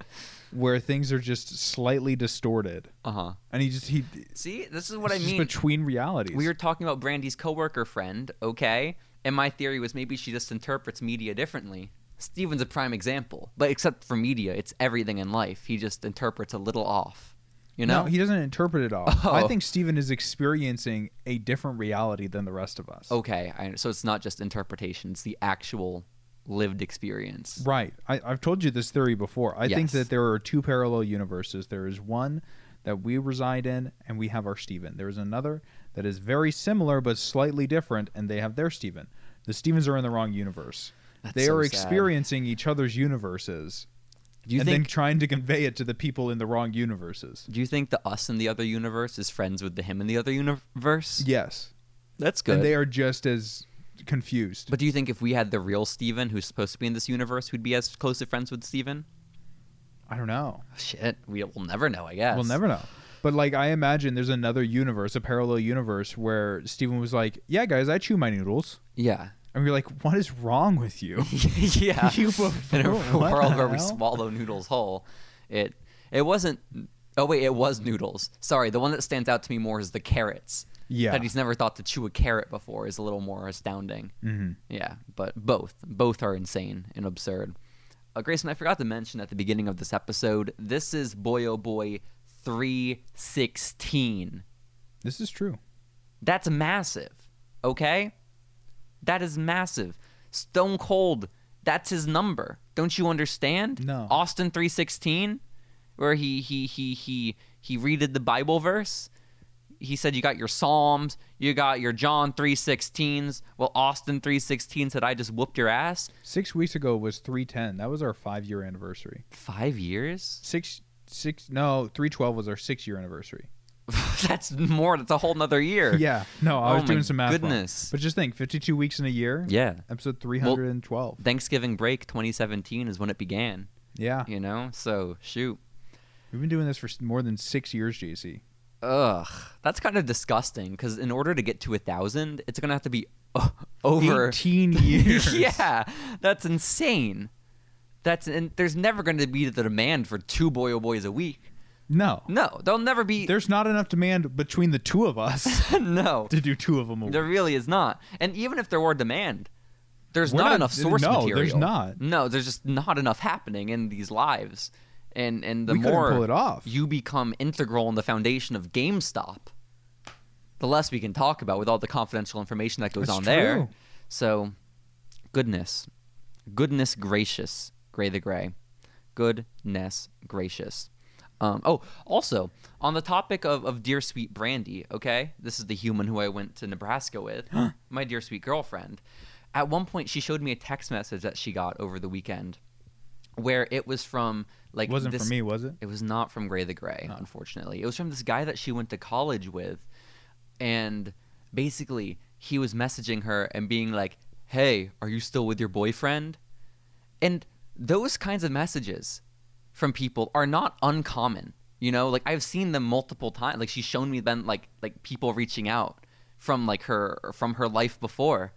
Speaker 2: where things are just slightly distorted.
Speaker 1: Uh huh.
Speaker 2: And he just he
Speaker 1: See, this is what
Speaker 2: it's
Speaker 1: I
Speaker 2: just
Speaker 1: mean.
Speaker 2: between realities.
Speaker 1: We were talking about Brandy's coworker friend, okay? And my theory was maybe she just interprets media differently. Steven's a prime example, but except for media, it's everything in life. He just interprets a little off, you know?
Speaker 2: No, he doesn't interpret it all.
Speaker 1: Oh.
Speaker 2: I think Steven is experiencing a different reality than the rest of us.
Speaker 1: okay, I, so it's not just interpretation; it's the actual lived experience.
Speaker 2: Right. I, I've told you this theory before. I
Speaker 1: Yes.
Speaker 2: think that there are two parallel universes. There is one that we reside in and we have our Steven. There is another that is very similar but slightly different and they have their Steven. The Stevens are in the wrong universe.
Speaker 1: That's
Speaker 2: they
Speaker 1: so
Speaker 2: are
Speaker 1: sad.
Speaker 2: experiencing each other's universes
Speaker 1: Do you
Speaker 2: and then
Speaker 1: think?
Speaker 2: trying to convey it to the people in the wrong universes.
Speaker 1: do you think the us in the other universe is friends with the him in the other universe?
Speaker 2: Yes.
Speaker 1: that's good.
Speaker 2: And they are just as confused.
Speaker 1: but do you think if we had the real Steven, who's supposed to be in this universe, we'd be as close of friends with Steven?
Speaker 2: I don't know.
Speaker 1: Shit, we, we'll never know. I guess
Speaker 2: We'll never know. But like I imagine there's another universe, a parallel universe where Steven was like, "Yeah, guys, I chew my noodles."
Speaker 1: Yeah.
Speaker 2: And we are like, "What is wrong with you?"
Speaker 1: *laughs* yeah.
Speaker 2: *laughs* You
Speaker 1: in a
Speaker 2: buffoon, what
Speaker 1: world
Speaker 2: the
Speaker 1: where we
Speaker 2: hell?
Speaker 1: swallow noodles whole, it it wasn't. Oh wait, it was noodles. Sorry, the one that stands out to me more is the carrots.
Speaker 2: Yeah.
Speaker 1: That he's never thought to chew a carrot before is a little more astounding. Mm-hmm. Yeah, but both both are insane and absurd. Uh, Grayson, I forgot to mention at the beginning of this episode, this is Boy Oh Boy three sixteen.
Speaker 2: this is true.
Speaker 1: That's massive. Okay? That is massive. Stone Cold, that's his number. Don't you understand?
Speaker 2: No.
Speaker 1: Austin 316 where he he he he he redid the Bible verse. he said you got your Psalms, you got your John 316s. Well, Austin 316 said I just whooped your ass.
Speaker 2: Six weeks ago was three ten. That was our five year anniversary.
Speaker 1: 5 years? *laughs*
Speaker 2: Six six no three twelve was our six year anniversary.
Speaker 1: that's more, that's a whole nother year.
Speaker 2: Yeah, no, I
Speaker 1: Oh
Speaker 2: was
Speaker 1: my
Speaker 2: doing some math. wrong.
Speaker 1: goodness.
Speaker 2: but just think, fifty two weeks in a year.
Speaker 1: Yeah.
Speaker 2: Episode three hundred and twelve.
Speaker 1: Thanksgiving break 2017 is when it began,
Speaker 2: yeah,
Speaker 1: you know? So, shoot.
Speaker 2: we've been doing this for s- more than six years, JC.
Speaker 1: Ugh, that's kind of disgusting because in order to get to a thousand, it's gonna have to be o- *laughs* over *laughs*
Speaker 2: eighteen years.
Speaker 1: yeah, that's insane. That's and there's never going to be the demand for two boyo boys a week. *laughs*
Speaker 2: No,
Speaker 1: No, there'll never be.
Speaker 2: there's not enough demand between the two of
Speaker 1: *laughs*
Speaker 2: us
Speaker 1: no,
Speaker 2: to do two of them. A
Speaker 1: there
Speaker 2: week.
Speaker 1: really is not. And even if there were demand, there's
Speaker 2: We're
Speaker 1: not,
Speaker 2: not-
Speaker 1: enough source
Speaker 2: no,
Speaker 1: material.
Speaker 2: there's not.
Speaker 1: No, there's just not enough happening in these lives. And and the
Speaker 2: We couldn't
Speaker 1: more
Speaker 2: pull it off.
Speaker 1: you become integral in the foundation of GameStop, the less we can talk about with all the confidential information that goes
Speaker 2: That's
Speaker 1: on
Speaker 2: true.
Speaker 1: there. So, goodness, goodness gracious, Gray the Gray, goodness gracious. Um, oh, also on the topic of, of dear sweet Brandy, okay, this is the human who I went to Nebraska with, *gasps* my dear sweet girlfriend. At one point, she showed me a text message that she got over the weekend, where it was from like
Speaker 2: it wasn't
Speaker 1: this,
Speaker 2: for me, was it?
Speaker 1: it was not from Gray the Gray, unfortunately. It was from this guy that she went to college with, and basically he was messaging her and being like, "Hey, are you still with your boyfriend?" And those kinds of messages from people are not uncommon. You know, like I've seen them multiple times. Like she's shown me them like like people reaching out from like her from her life before.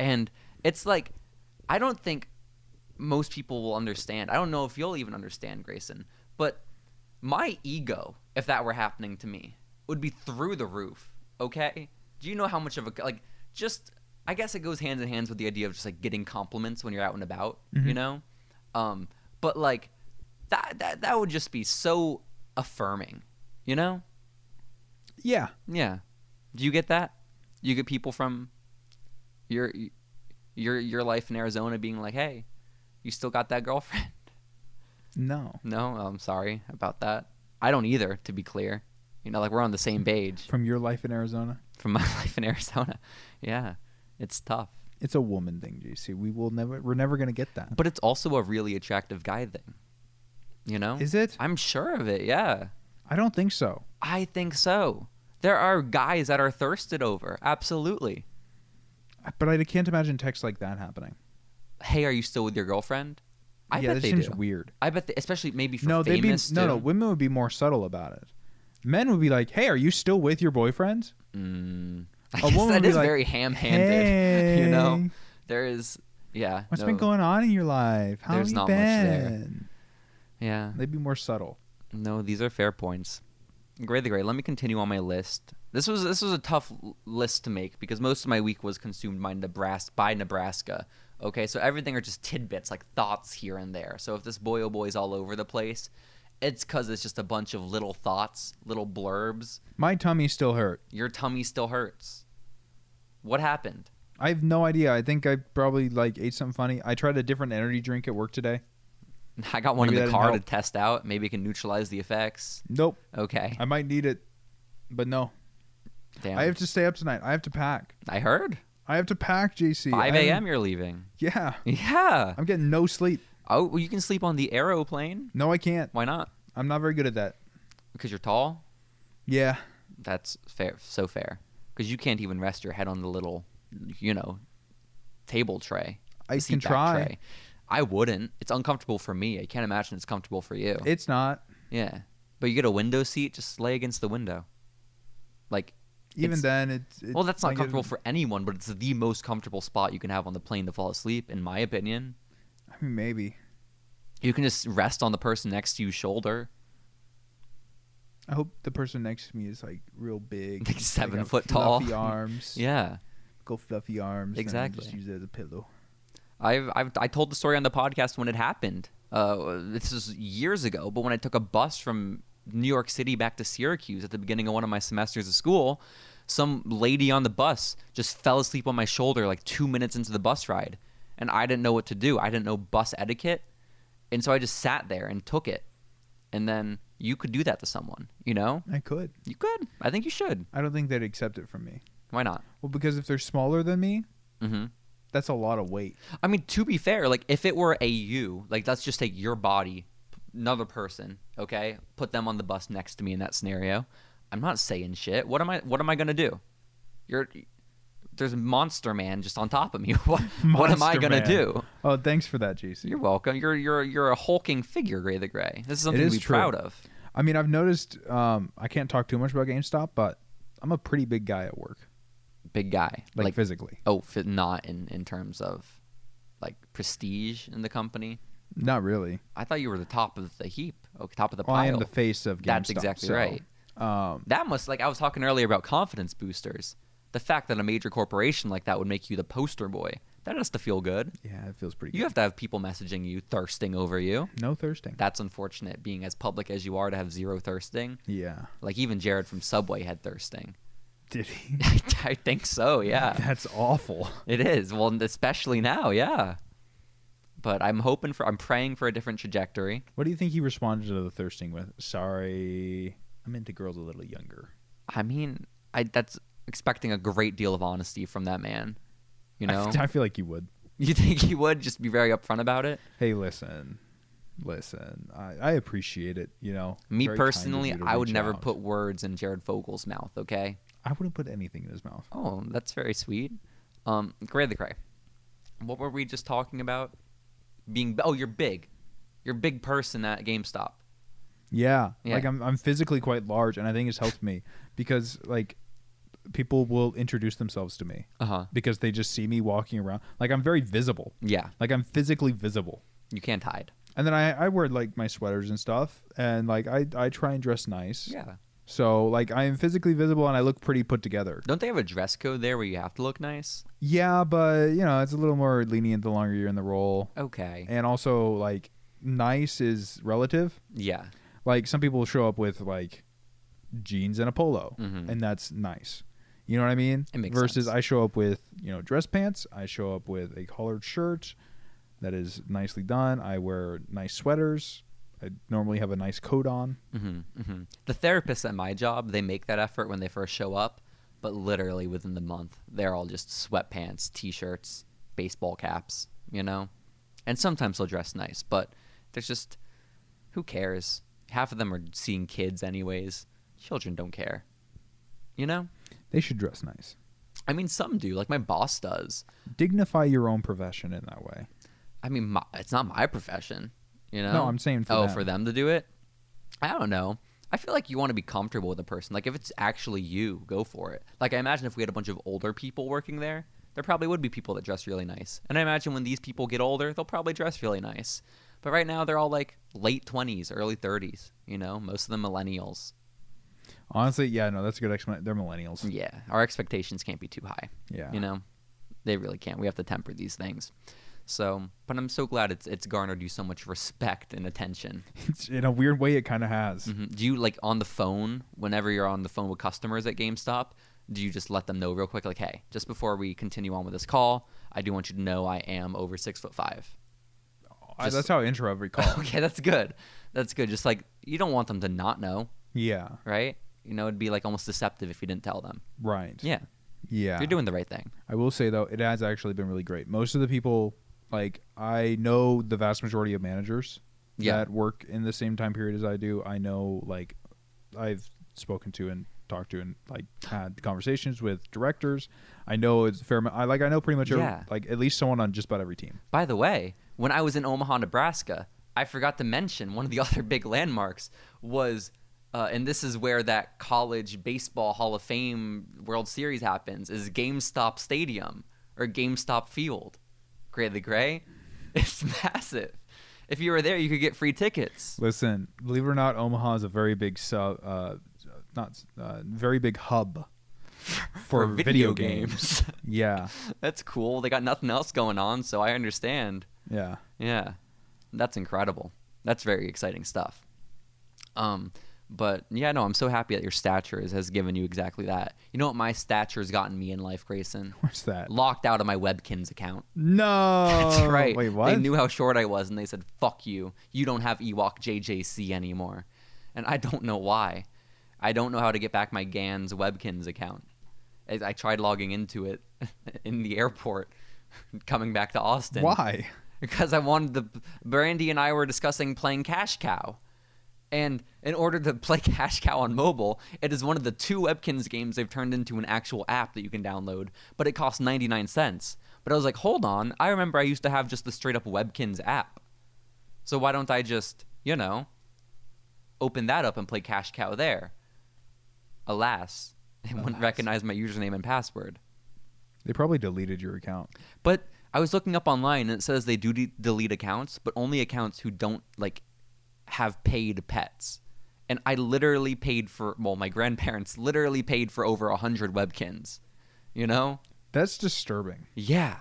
Speaker 1: And it's like I don't think most people will understand. I don't know if you'll even understand, Grayson, but my ego, if that were happening to me, would be through the roof. Okay? Do you know how much of a like just I guess it goes hands in hands with the idea of just like getting compliments when you're out and about, you know? Um, but like that that that would just be so affirming, you know?
Speaker 2: Yeah.
Speaker 1: Yeah. Do you get that? You get people from your your your life in Arizona being like, "Hey, you still got that girlfriend?"
Speaker 2: No.
Speaker 1: No, I'm sorry about that. I don't either, to be clear. You know, like we're on the same page
Speaker 2: From your life in Arizona,
Speaker 1: from my *laughs* life in Arizona. Yeah, it's tough,
Speaker 2: it's a woman thing, JC. We will never. We're never gonna get that.
Speaker 1: but it's also a really attractive guy thing. You know,
Speaker 2: Is it?
Speaker 1: I'm sure of it. Yeah,
Speaker 2: I don't think so.
Speaker 1: I think so. There are guys that are thirsted over. Absolutely.
Speaker 2: But I can't imagine texts like that happening.
Speaker 1: Hey, are you still with your girlfriend? I
Speaker 2: yeah,
Speaker 1: bet
Speaker 2: that
Speaker 1: they
Speaker 2: seems
Speaker 1: do.
Speaker 2: weird.
Speaker 1: I bet, they, especially maybe for
Speaker 2: no, they'd be
Speaker 1: famous.
Speaker 2: no, no.
Speaker 1: too.
Speaker 2: Women would be more subtle about it. Men would be like, "Hey, are you still with your boyfriend?"
Speaker 1: Mm, *laughs* I
Speaker 2: A
Speaker 1: guess
Speaker 2: woman would
Speaker 1: that
Speaker 2: be
Speaker 1: is
Speaker 2: like,
Speaker 1: very ham-handed. *laughs* You know,
Speaker 2: "Hey,
Speaker 1: there is. Yeah.
Speaker 2: what's
Speaker 1: no,
Speaker 2: been going on in your life? How
Speaker 1: There's
Speaker 2: have you
Speaker 1: not much there.
Speaker 2: been?"
Speaker 1: Yeah.
Speaker 2: They'd be more subtle.
Speaker 1: No, these are fair points. Gray the Gray. Let me continue on my list. This was this was a tough l- list to make because most of my week was consumed by Nebraska. By Nebraska. Okay, so everything are just tidbits like thoughts here and there. So if this boy oh boy's all over the place, it's because it's just a bunch of little thoughts, little blurbs.
Speaker 2: My tummy still hurt.
Speaker 1: Your tummy still hurts. What happened? *laughs*
Speaker 2: I have no idea. I think I probably like ate something funny. I tried a different energy drink at work today.
Speaker 1: I got one
Speaker 2: Maybe that
Speaker 1: in the
Speaker 2: didn't
Speaker 1: car to
Speaker 2: help.
Speaker 1: test out. Maybe it can neutralize the effects.
Speaker 2: Nope,
Speaker 1: Okay.
Speaker 2: I might need it, but no.
Speaker 1: Damn.
Speaker 2: I
Speaker 1: I,
Speaker 2: have to stay up tonight. I have to pack.
Speaker 1: heard.
Speaker 2: I have to pack, JC.
Speaker 1: 5
Speaker 2: I am-
Speaker 1: a.m. You're leaving. *laughs*
Speaker 2: Yeah,
Speaker 1: Yeah.
Speaker 2: I'm getting no sleep.
Speaker 1: Oh, well, you can sleep on the aeroplane.
Speaker 2: No, I can't.
Speaker 1: Why not?
Speaker 2: I'm not very good at that.
Speaker 1: Because you're tall.
Speaker 2: Yeah,
Speaker 1: That's fair. So fair. Because you can't even rest your head on the little, you know, table tray.
Speaker 2: I
Speaker 1: the
Speaker 2: can
Speaker 1: seat back
Speaker 2: try.
Speaker 1: tray. I wouldn't. It's uncomfortable for me. I can't imagine it's comfortable for you.
Speaker 2: It's not.
Speaker 1: yeah. But you get a window seat. Just lay against the window. Like,
Speaker 2: Even
Speaker 1: It's-
Speaker 2: then, it's, it's
Speaker 1: well, that's not
Speaker 2: like,
Speaker 1: comfortable for anyone, but it's the most comfortable spot you can have on the plane to fall asleep, in my opinion.
Speaker 2: I mean, maybe.
Speaker 1: You can just rest on the person next to you shoulder.
Speaker 2: I hope the person next to me is like real
Speaker 1: *laughs*
Speaker 2: big,
Speaker 1: Like seven
Speaker 2: got
Speaker 1: foot tall.
Speaker 2: fluffy
Speaker 1: *laughs*
Speaker 2: arms.
Speaker 1: Yeah.
Speaker 2: go fluffy arms. and then just
Speaker 1: Exactly.
Speaker 2: use it as a pillow.
Speaker 1: I've, I've I told the story on the podcast when it happened. Uh, this is years ago, but when I took a bus from New York City back to Syracuse at the beginning of one of my semesters of school, some lady on the bus just fell asleep on my shoulder like two minutes into the bus ride, and I didn't know what to do. I didn't know bus etiquette, and so I just sat there and took it, and then you could do that to someone. You know,
Speaker 2: I could.
Speaker 1: you could. I think you should.
Speaker 2: I don't think they'd accept it from me.
Speaker 1: Why not?
Speaker 2: Well, because if they're smaller than me,
Speaker 1: Mm-hmm.
Speaker 2: that's a lot of weight.
Speaker 1: I mean, to be fair, like if it were a you, like let's just take your body, another person, okay, put them on the bus next to me in that scenario. I'm not saying shit. What am I? What am I gonna do? You're there's Monster Man just on top of me. *laughs* What, what am I
Speaker 2: Monster
Speaker 1: gonna
Speaker 2: Man.
Speaker 1: do?
Speaker 2: Oh, thanks for that, JC.
Speaker 1: You're welcome. You're you're you're a hulking figure, Gray the Gray. This is something
Speaker 2: is
Speaker 1: to be
Speaker 2: true.
Speaker 1: proud of.
Speaker 2: I mean, I've noticed. Um, I can't talk too much about GameStop, but I'm a pretty big guy at work,
Speaker 1: Big guy,
Speaker 2: like,
Speaker 1: like,
Speaker 2: physically.
Speaker 1: oh, fit, not in in terms of like prestige in the company.
Speaker 2: Not really.
Speaker 1: I thought you were the top of the heap, oh, top of the
Speaker 2: Well,
Speaker 1: pile.
Speaker 2: I am the face of GameStop.
Speaker 1: That's exactly
Speaker 2: so,
Speaker 1: right.
Speaker 2: Um,
Speaker 1: That must like I was talking earlier about confidence boosters. The fact that a major corporation like that would make you the poster boy. That has to feel good.
Speaker 2: yeah, it feels pretty.
Speaker 1: You
Speaker 2: good.
Speaker 1: have to have people messaging you thirsting over you.
Speaker 2: No thirsting.
Speaker 1: That's unfortunate being as public as you are to have zero thirsting. *laughs*
Speaker 2: yeah.
Speaker 1: Like even Jared from Subway had thirsting. *laughs*
Speaker 2: Did *laughs* he?
Speaker 1: I think so,
Speaker 2: *laughs*
Speaker 1: yeah.
Speaker 2: That's awful.
Speaker 1: It is. Well, and especially now, yeah. But I'm hoping for I'm praying for a different trajectory.
Speaker 2: What do you think he responded to the thirsting with? Sorry, I'm into girls a little younger.
Speaker 1: I mean, I that's expecting a great deal of honesty from that man. You
Speaker 2: I,
Speaker 1: know?
Speaker 2: f- *laughs* I feel like you would.
Speaker 1: *laughs* You think he would just be very upfront about it?
Speaker 2: Hey, listen, listen. I, I appreciate it. You know,
Speaker 1: Me
Speaker 2: Very kind of
Speaker 1: personally,
Speaker 2: you to
Speaker 1: I would
Speaker 2: reach
Speaker 1: never
Speaker 2: out.
Speaker 1: put words in Jared Fogel's mouth, okay?
Speaker 2: I wouldn't put anything in his mouth.
Speaker 1: Oh, that's very sweet. Um, Gray the Cray. What were we just talking about? Being oh, you're big. You're a big person at GameStop.
Speaker 2: Yeah,
Speaker 1: Yeah.
Speaker 2: like I'm I'm physically quite large, and I think it's helped me because like people will introduce themselves to me
Speaker 1: Uh-huh.
Speaker 2: because they just see me walking around. Like I'm very visible.
Speaker 1: Yeah.
Speaker 2: Like I'm physically visible.
Speaker 1: You can't hide.
Speaker 2: And then I, I wear like my sweaters and stuff, and like I, I try and dress nice.
Speaker 1: Yeah.
Speaker 2: So like I am physically visible and I look pretty put together.
Speaker 1: Don't they have a dress code there where you have to look nice?
Speaker 2: Yeah, but you know it's a little more lenient the longer you're in the role,
Speaker 1: Okay.
Speaker 2: and also like nice is relative.
Speaker 1: Yeah.
Speaker 2: Like some people show up with like jeans and a polo,
Speaker 1: Mhm.
Speaker 2: and that's nice. You know what I mean?
Speaker 1: It makes
Speaker 2: Versus
Speaker 1: sense.
Speaker 2: I show up with you know dress pants. I show up with a collared shirt that is nicely done. I wear nice sweaters. I normally have a nice coat on.
Speaker 1: hmm hmm The therapists at my job, they make that effort when they first show up, but literally within the month, they're all just sweatpants, t-shirts, baseball caps, you know. And sometimes they'll dress nice, but there's just who cares? Half of them are seeing kids anyways. Children don't care. You know?
Speaker 2: They should dress nice.
Speaker 1: I mean, some do, like my boss does.
Speaker 2: Dignify your own profession in that way.
Speaker 1: I mean, my, it's not my profession, you know.
Speaker 2: No, I'm saying for
Speaker 1: oh,
Speaker 2: them.
Speaker 1: for them to do it. I don't know. I feel like you want to be comfortable with a person. Like if it's actually you, go for it. Like I imagine if we had a bunch of older people working there, there probably would be people that dress really nice. And I imagine when these people get older, they'll probably dress really nice. But right now, they're all like late twenties, early thirties. You know, most of them millennials.
Speaker 2: Honestly, yeah, no, that's a good explanation. They're millennials.
Speaker 1: Yeah, our expectations can't be too high.
Speaker 2: Yeah.
Speaker 1: you know they really can't we have to temper these things so but i'm so glad it's it's garnered you so much respect and attention
Speaker 2: It's, *laughs* in a weird way, it kind of has.
Speaker 1: Mhm. do you like on the phone whenever you're on the phone with customers at gamestop do you just let them know real quick like hey just before we continue on with this call i do want you to know i am over six foot five
Speaker 2: I-
Speaker 1: Just-
Speaker 2: that's how I intro every call.
Speaker 1: *laughs* okay that's good that's good just like you don't want them to not know
Speaker 2: yeah,
Speaker 1: right you know it'd be like almost deceptive if you didn't tell them
Speaker 2: right.
Speaker 1: yeah
Speaker 2: Yeah.
Speaker 1: you're doing the right thing
Speaker 2: I will say, though, it has actually been really great. Most of the people, like, I know the vast majority of managers
Speaker 1: Yeah.
Speaker 2: that work in the same time period as I do. I know, like, I've spoken to and talked to and like had conversations with directors. I know it's a fair amount. I like I know pretty much every,
Speaker 1: Yeah.
Speaker 2: like at least someone on just about every team.
Speaker 1: By the way, when I was in Omaha, Nebraska, I forgot to mention one of the *laughs* other big landmarks was, uh, and this is where that college baseball Hall of Fame World Series happens, is GameStop Stadium or GameStop Field. Gray the Gray. *laughs* It's massive. If you were there, you could get free tickets.
Speaker 2: Listen, believe it or not, Omaha is a very big sub, uh, not uh, very big
Speaker 1: *laughs*
Speaker 2: hub for, video, games. yeah,
Speaker 1: That's cool. They got nothing else going on, so I understand.
Speaker 2: yeah.
Speaker 1: Yeah. That's incredible. That's very exciting stuff. Um But yeah, no, I'm so happy that your stature is, has given you exactly that. You know what my stature has gotten me in life, Grayson?
Speaker 2: Where's that?
Speaker 1: Locked out of my Webkins account. *laughs*
Speaker 2: No.
Speaker 1: That's right.
Speaker 2: Oh, Wait, what?
Speaker 1: They knew how short I was, and they said, "Fuck you. You don't have Ewok JJC anymore." And I don't know why. I don't know how to get back my Gans Webkins account. I, I tried logging into it *laughs* in the airport, *laughs* coming back to Austin.
Speaker 2: Why?
Speaker 1: Because I wanted the Brandy and I were discussing playing Cash Cow. And in order to play *laughs* Cash Cow on mobile, it is one of the two Webkins games they've turned into an actual app that you can download, but it costs 99 cents. But I was like, hold on, I remember I used to have just the straight up Webkins app. So why don't I just, you know, open that up and play Cash Cow there? Alas, *laughs* it wouldn't
Speaker 2: Alas.
Speaker 1: recognize my username and password.
Speaker 2: They probably deleted your account.
Speaker 1: But I was looking up online and it says they do de- delete accounts, but only accounts who don't like have paid pets. And I literally paid for well, my grandparents *laughs* literally paid for over a hundred webkins. You know?
Speaker 2: That's disturbing.
Speaker 1: Yeah.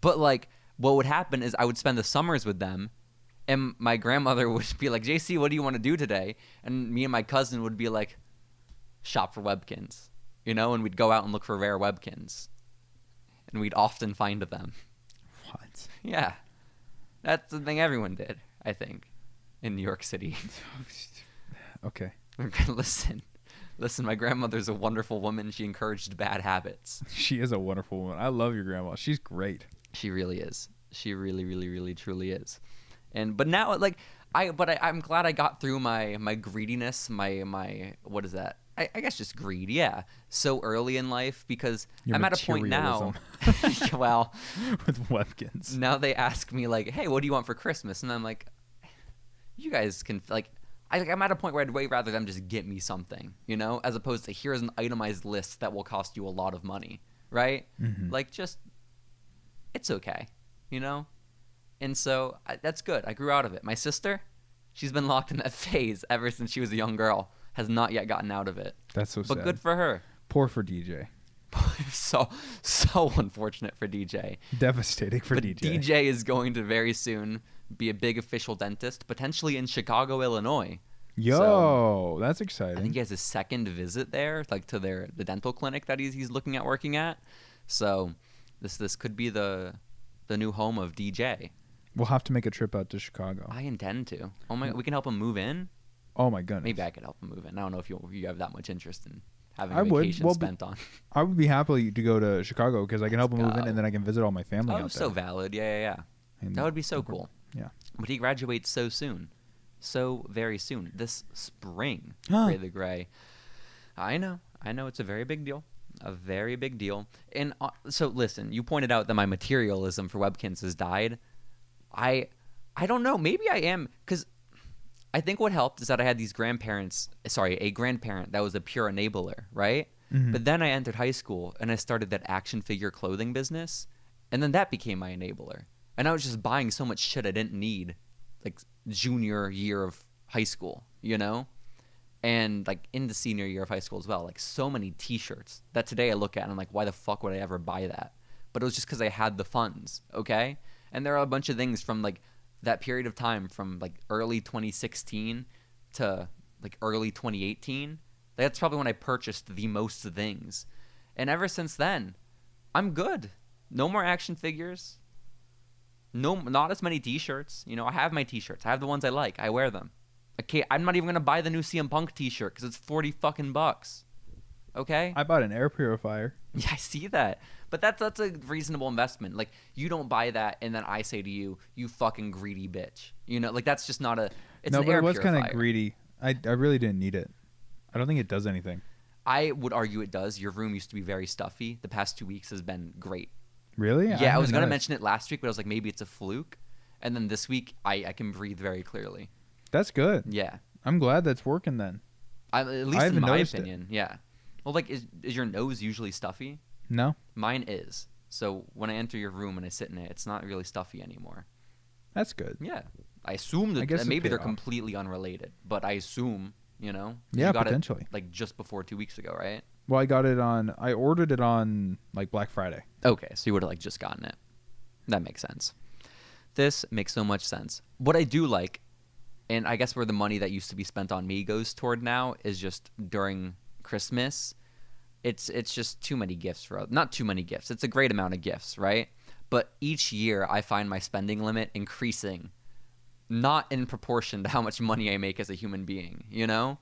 Speaker 1: But like what would happen is I would spend the summers with them and my grandmother *laughs* would be like, JC, what do you want to do today? And me and my cousin would be like, shop for webkins. You know, and we'd go out and look for rare webkins. And we'd often find them.
Speaker 2: What?
Speaker 1: Yeah. That's the thing everyone did, I think, in New York City.
Speaker 2: *laughs*
Speaker 1: *laughs*
Speaker 2: Okay.
Speaker 1: listen, listen, my grandmother's a wonderful woman. She encouraged bad habits.
Speaker 2: She is a wonderful woman. I love your grandma. She's great. *laughs*
Speaker 1: She really is. She really, really, really, truly is. And but now, like I, but I, I'm glad I got through my my greediness, my my what is that? I, I guess just greed. Yeah, so early in life because
Speaker 2: Your
Speaker 1: I'm at a point now. *laughs* well,
Speaker 2: With Webkins.
Speaker 1: now they ask me like, "Hey, what do you want for Christmas?" And I'm like, "You guys can like." I, like, I'm at a point where I'd way rather them just get me something, you know, as opposed to here's an itemized list that will cost you a lot of money, right?
Speaker 2: Mhm.
Speaker 1: Mm-hmm. Like, just it's okay, you know. And so I, that's good. I grew out of it. My sister, she's been locked in that *laughs* phase ever since she was a young girl, has not yet gotten out of it.
Speaker 2: That's so
Speaker 1: but
Speaker 2: sad.
Speaker 1: good for her. *laughs*
Speaker 2: Poor for DJ.
Speaker 1: so so unfortunate for DJ
Speaker 2: Devastating for
Speaker 1: but
Speaker 2: DJ.
Speaker 1: is going to very soon be a big official dentist, potentially in Chicago, Illinois.
Speaker 2: Yo, that's
Speaker 1: I
Speaker 2: exciting.
Speaker 1: think he has his second visit there, like to their the dental clinic that he's he's looking at working at. So this this could be the the new home of DJ.
Speaker 2: We'll have to make a trip out to Chicago.
Speaker 1: I intend to. Oh my, we can help him move in.
Speaker 2: Oh my goodness.
Speaker 1: Maybe I could help him move in. I don't know if you you have that much interest in having
Speaker 2: I
Speaker 1: a
Speaker 2: would.
Speaker 1: vacation
Speaker 2: Well, but-
Speaker 1: spent on.
Speaker 2: I would be happy to go to Chicago because I can help
Speaker 1: Let's
Speaker 2: him move in
Speaker 1: go.
Speaker 2: and then I can visit all my family
Speaker 1: Oh,
Speaker 2: out
Speaker 1: so
Speaker 2: there.
Speaker 1: valid. Yeah, yeah, yeah.
Speaker 2: And-
Speaker 1: That would be so cool.
Speaker 2: Yeah.
Speaker 1: But he graduates so soon. So very soon. This spring,
Speaker 2: Huh.
Speaker 1: Gray the Gray. I know. I know it's a very big deal. A very big deal. And uh, so listen, you pointed out that my materialism for Webkins has died. I I don't know. Maybe I am cuz I think what helped is that I had these grandparents, sorry, a grandparent that was a pure enabler, right?
Speaker 2: Mhm.
Speaker 1: But then I entered high school and I started that action figure clothing business, and then that became my enabler. And I was just buying so much shit I didn't need, like junior year of high school, you know? And like in the senior year of high school as well, like so many t shirts that today I look at and I'm like, why the fuck would I ever buy that? But it was just because I had the funds, okay? And there are a bunch of things from like that period of time from like early 2016 to like early 2018 that's probably when i purchased the most things and ever since then i'm good no more action figures no not as many t-shirts you know i have my t-shirts i have the ones i like i wear them okay i'm not even gonna buy the new cm punk t-shirt because it's 40 fucking bucks okay
Speaker 2: I bought an air purifier.
Speaker 1: yeah, I see that. But that's that's a reasonable investment. Like you don't buy that and then I say to you, you fucking greedy bitch. You know, like that's just not a it's
Speaker 2: no,
Speaker 1: an
Speaker 2: but
Speaker 1: air
Speaker 2: it was kind of
Speaker 1: purifier.
Speaker 2: greedy. I, I really didn't need it. I don't think it does anything.
Speaker 1: I would argue it does. Your room used to be very stuffy. The past 2 weeks has been great.
Speaker 2: Really?
Speaker 1: Yeah, I, was
Speaker 2: haven't
Speaker 1: going to
Speaker 2: noticed.
Speaker 1: mention it last week, but I was like maybe it's a fluke. And then this week I I can breathe very clearly.
Speaker 2: That's good.
Speaker 1: Yeah.
Speaker 2: I'm glad that's working then.
Speaker 1: I, at least in
Speaker 2: haven't
Speaker 1: my
Speaker 2: noticed it.
Speaker 1: opinion. Yeah. Well, like is is your nose usually stuffy?
Speaker 2: No,
Speaker 1: Mine is. So when I enter your room and I sit in it, it's not really stuffy anymore.
Speaker 2: that's good.
Speaker 1: Yeah, I assume that
Speaker 2: I guess
Speaker 1: that
Speaker 2: it
Speaker 1: maybe
Speaker 2: paid
Speaker 1: they're
Speaker 2: off.
Speaker 1: completely unrelated, but I assume you know. 'cause
Speaker 2: Yeah,
Speaker 1: you got it
Speaker 2: potentially.
Speaker 1: like just before two weeks ago, right?
Speaker 2: Well, I got it on. I ordered it on like Black Friday.
Speaker 1: Okay, so you would have like just gotten it. That makes sense. This makes so much sense. What I do like and I guess where the money that used to be spent on me goes toward now is just during Christmas. It's it's just too many gifts for not too many gifts. It's a great amount of gifts, right? But each year I find my spending limit increasing, not in proportion to how much money I make as a human being, you know.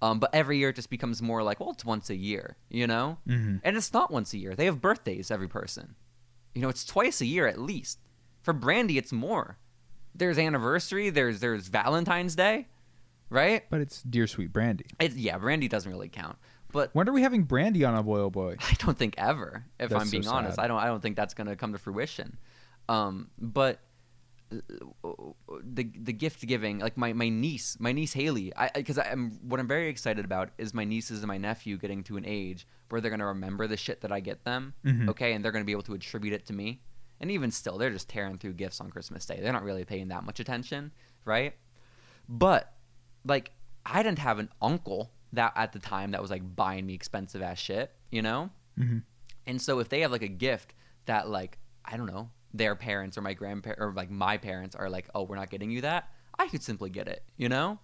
Speaker 1: Um, but every year it just becomes more like, well, it's once a year, you know.
Speaker 2: Mhm.
Speaker 1: And it's not once a year. They have birthdays every person. You know, it's twice a year at least. For Brandy, it's more. There's anniversary. There's there's Valentine's Day, right?
Speaker 2: But it's dear sweet brandy.
Speaker 1: It, yeah, Brandy doesn't really count. But *laughs*
Speaker 2: When are we having brandy on a boil boy?
Speaker 1: I don't think ever, if
Speaker 2: That's
Speaker 1: I'm
Speaker 2: so
Speaker 1: being honest,
Speaker 2: sad.
Speaker 1: I don't I don't think that's going to come to fruition. Um, but uh, the the gift giving, like my, my niece, my niece Haley, I because I'm what I'm very excited about is my nieces and my nephew getting to an age where they're going to remember the shit that I get them,
Speaker 2: Mhm.
Speaker 1: okay, and they're going to be able to attribute it to me. And even still, they're just tearing through gifts on Christmas Day. They're not really paying that much attention, right? But like I didn't have an uncle that at the time that was like buying me expensive ass shit, you know?
Speaker 2: Mhm.
Speaker 1: And so if they have like a gift that like I don't know, their parents or my grandparents or like my parents are like, "Oh, we're not getting you that." I could simply get it, you know?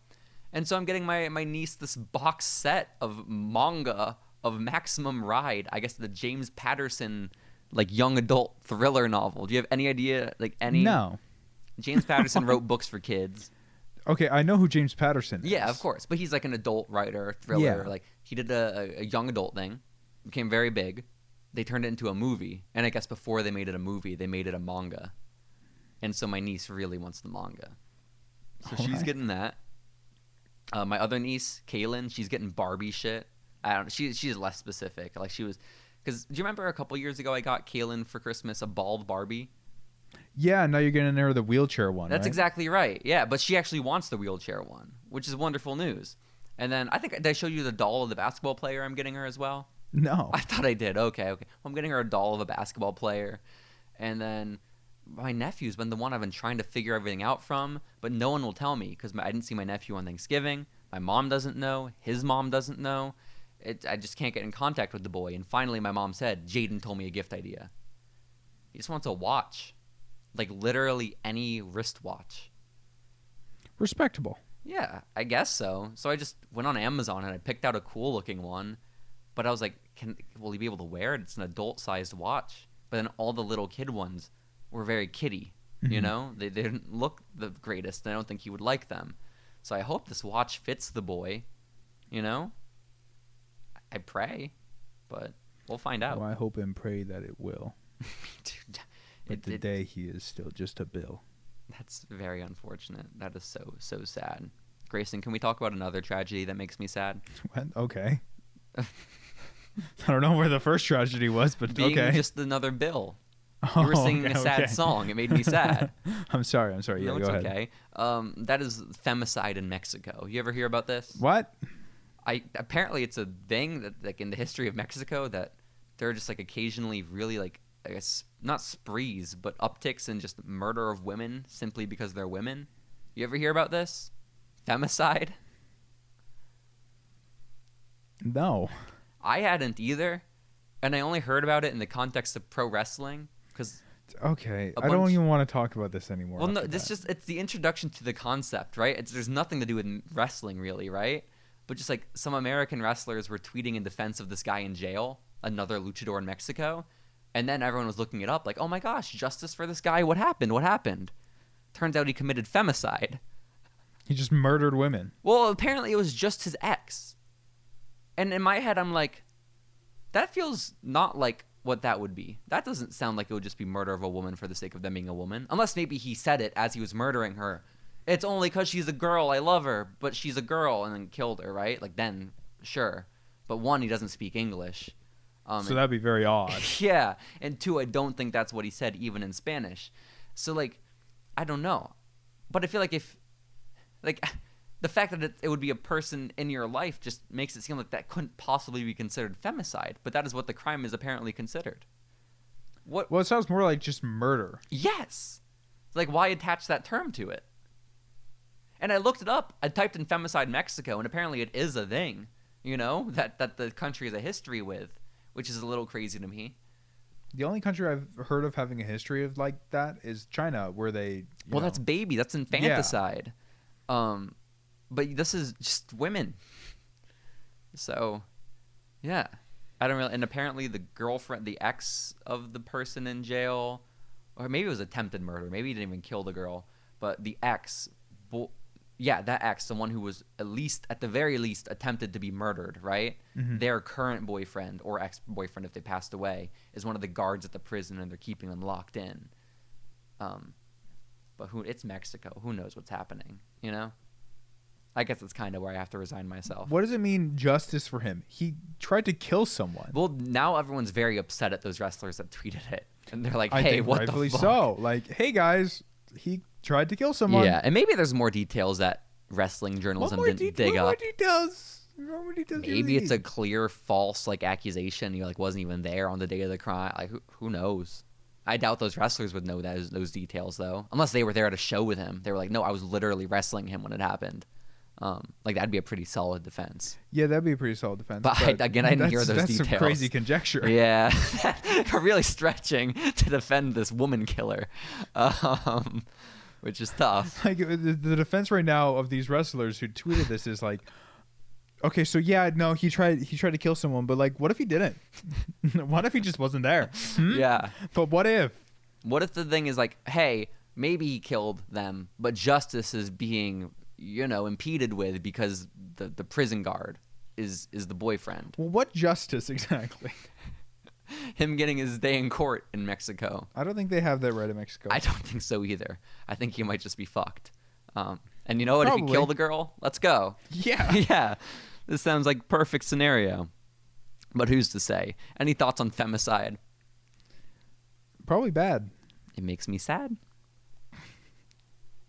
Speaker 1: And so I'm getting my my niece this box set of manga of Maximum Ride, I guess the James Patterson like young adult thriller novel. Do you have any idea like any
Speaker 2: No.
Speaker 1: James Patterson wrote books for kids.
Speaker 2: Okay, I know who James Patterson is.
Speaker 1: Yeah, of course. But he's like an adult writer, thriller.
Speaker 2: Yeah.
Speaker 1: Like he did a, a- a young adult thing, became very big. They turned it into a movie, and I guess before they made it a movie, they made it a manga. And so my niece really wants the manga, so she's
Speaker 2: Alright.
Speaker 1: getting that. Uh, my other niece, Kaylin, she's getting Barbie shit. I don't. She she's less specific. Like she was, because do you remember a couple years ago I got Kaylin for Christmas a bald Barbie?
Speaker 2: Yeah, now you're getting her the wheelchair one.
Speaker 1: That's
Speaker 2: right?
Speaker 1: exactly right. Yeah, but she actually wants the wheelchair one, which is wonderful news. And then I think did I show you the doll of the basketball player I'm getting her as well? *laughs*
Speaker 2: No.
Speaker 1: I thought I did. Okay, okay. Well, I'm getting her a doll of a basketball player. And then my nephew's been the one I've been trying to figure everything out from, but no one will tell me because I didn't see my nephew on Thanksgiving. My mom doesn't know. His mom doesn't know. It, I just can't get in contact with the boy. And finally, my mom said, Jaden told me a gift idea. He just wants a watch, like literally any wristwatch.
Speaker 2: Respectable.
Speaker 1: Yeah, I guess so. So I just went on Amazon and I picked out a cool looking one, but I was like, "Can will he be able to wear it? It's an adult sized watch." But then all the little kid ones were very kitty, you
Speaker 2: Mhm.
Speaker 1: know. They, they didn't look the greatest, and I don't think he would like them. So I hope this watch fits the boy, you know. I pray, but we'll find out. *laughs*
Speaker 2: Well, Oh, I hope and pray that it will.
Speaker 1: Dude,
Speaker 2: But
Speaker 1: it- it-
Speaker 2: today he is still just a bill. *laughs*
Speaker 1: That's very unfortunate. That is so so sad. Grayson, can we talk about another tragedy that makes me sad?
Speaker 2: What?
Speaker 1: *laughs*
Speaker 2: Okay. I don't know where the first tragedy was, but
Speaker 1: being
Speaker 2: okay.
Speaker 1: just another bill. You were
Speaker 2: Oh,
Speaker 1: singing
Speaker 2: okay,
Speaker 1: a sad
Speaker 2: okay.
Speaker 1: song. It made me sad.
Speaker 2: *laughs* I'm sorry. I'm sorry. Yeah,
Speaker 1: no,
Speaker 2: go
Speaker 1: it's
Speaker 2: ahead.
Speaker 1: okay. Um, that is femicide in Mexico. You ever hear about this?
Speaker 2: What?
Speaker 1: I apparently it's a thing that like in the history of Mexico that there are just like occasionally really like I guess not sprees but upticks in just murder of women simply because they're women. You ever hear about this? Femicide?
Speaker 2: No.
Speaker 1: I hadn't either, and I only heard about it in the context of pro wrestling because
Speaker 2: Okay.
Speaker 1: A
Speaker 2: I don't
Speaker 1: bunch-
Speaker 2: even want to talk about this anymore.
Speaker 1: Well, no,
Speaker 2: after
Speaker 1: this
Speaker 2: that.
Speaker 1: just it's the introduction to the concept, right? It's there's nothing to do with wrestling really, right? But just like some American wrestlers were tweeting in defense of this guy in jail, another luchador in Mexico, and then everyone was looking it up like, "Oh my gosh, justice for this guy. What happened? What happened?" Turns out he committed femicide.
Speaker 2: He just murdered women.
Speaker 1: Well, apparently it was just his ex. And in my head, I'm like, that feels not like what that would be. That doesn't sound like it would just be murder of a woman for the sake of them being a woman. Unless maybe he said it as he was murdering her. It's only because she's a girl. I love her, but she's a girl, and then killed her, right? Like then, sure. But one, he doesn't speak English. Um,
Speaker 2: so that'd be very odd.
Speaker 1: *laughs* yeah. And two, I don't think that's what he said even in Spanish. So like, I don't know. But I feel like if like *laughs* the fact that it, it would be a person in your life just makes it seem like that couldn't possibly be considered femicide, but that is what the crime is apparently considered. What
Speaker 2: Well, it sounds more like just murder.
Speaker 1: Yes. Like, why attach that term to it? And I looked it up. I typed in femicide Mexico, and apparently it is a thing, you know, that, that the country has a history with, which is a little crazy to me.
Speaker 2: The only country I've heard of having a history of like that is China, where they. you
Speaker 1: Well,
Speaker 2: know-
Speaker 1: that's baby. That's infanticide. Um, but this is just women. So, yeah, I don't really. And apparently, the girlfriend, the ex of the person in jail, or maybe it was attempted murder. Maybe he didn't even kill the girl, but the ex, bo- yeah, that ex, the one who was at least, at the very least, attempted to be murdered, right?
Speaker 2: Mhm.
Speaker 1: Their current boyfriend or ex boyfriend, if they passed away, is one of the guards at the prison, and they're keeping them locked in. Um, but who? It's Mexico. Who knows what's happening? You know. I guess that's kind of where I have to resign myself.
Speaker 2: What does it mean justice for him? He tried to kill someone.
Speaker 1: Well, now everyone's very upset at those wrestlers that tweeted it, and they're like,
Speaker 2: I
Speaker 1: "Hey,
Speaker 2: think
Speaker 1: what
Speaker 2: rightfully
Speaker 1: the fuck?"
Speaker 2: so. Like, hey guys, he tried to kill someone.
Speaker 1: Yeah, and maybe there's more details that wrestling
Speaker 2: What
Speaker 1: journalism
Speaker 2: more,
Speaker 1: didn't
Speaker 2: de-
Speaker 1: dig
Speaker 2: what
Speaker 1: up.
Speaker 2: more details? What more details? do you
Speaker 1: maybe it's a
Speaker 2: need?
Speaker 1: clear false like accusation. He like wasn't even there on the day of the crime. Like who, who knows? I doubt those wrestlers would know those those details though, unless they were there at a show with him. They were like, "No, I was literally wrestling him when it happened." Um, like that'd be a pretty solid defense.
Speaker 2: yeah. That'd be a pretty solid defense.
Speaker 1: But I- again, I didn't hear
Speaker 2: that's-
Speaker 1: those
Speaker 2: that's Some
Speaker 1: details.
Speaker 2: crazy conjecture.
Speaker 1: Yeah, *laughs* we're really stretching to defend this woman killer, *laughs* um, which is tough.
Speaker 2: *laughs* like the, the defense right now of these wrestlers who tweeted this is like okay so yeah no he tried he tried to kill someone but like what if he didn't *laughs* what if he just wasn't there Hmm?
Speaker 1: Yeah.
Speaker 2: but what if
Speaker 1: What if the thing is like, hey, maybe he killed them, but justice is being, you know, impeded with because the the prison guard is is the boyfriend. *laughs*
Speaker 2: well what justice *laughs* exactly
Speaker 1: Him getting his day in court in Mexico.
Speaker 2: i don't think they have that right in mexico
Speaker 1: I don't think so either. I think he might just be fucked. Um, and you know what? If you
Speaker 2: Probably.
Speaker 1: kill the girl, let's go.
Speaker 2: *laughs*
Speaker 1: *laughs*
Speaker 2: yeah
Speaker 1: yeah, this sounds like perfect scenario. But who's to say? Any thoughts on femicide?
Speaker 2: probably bad
Speaker 1: It makes me sad.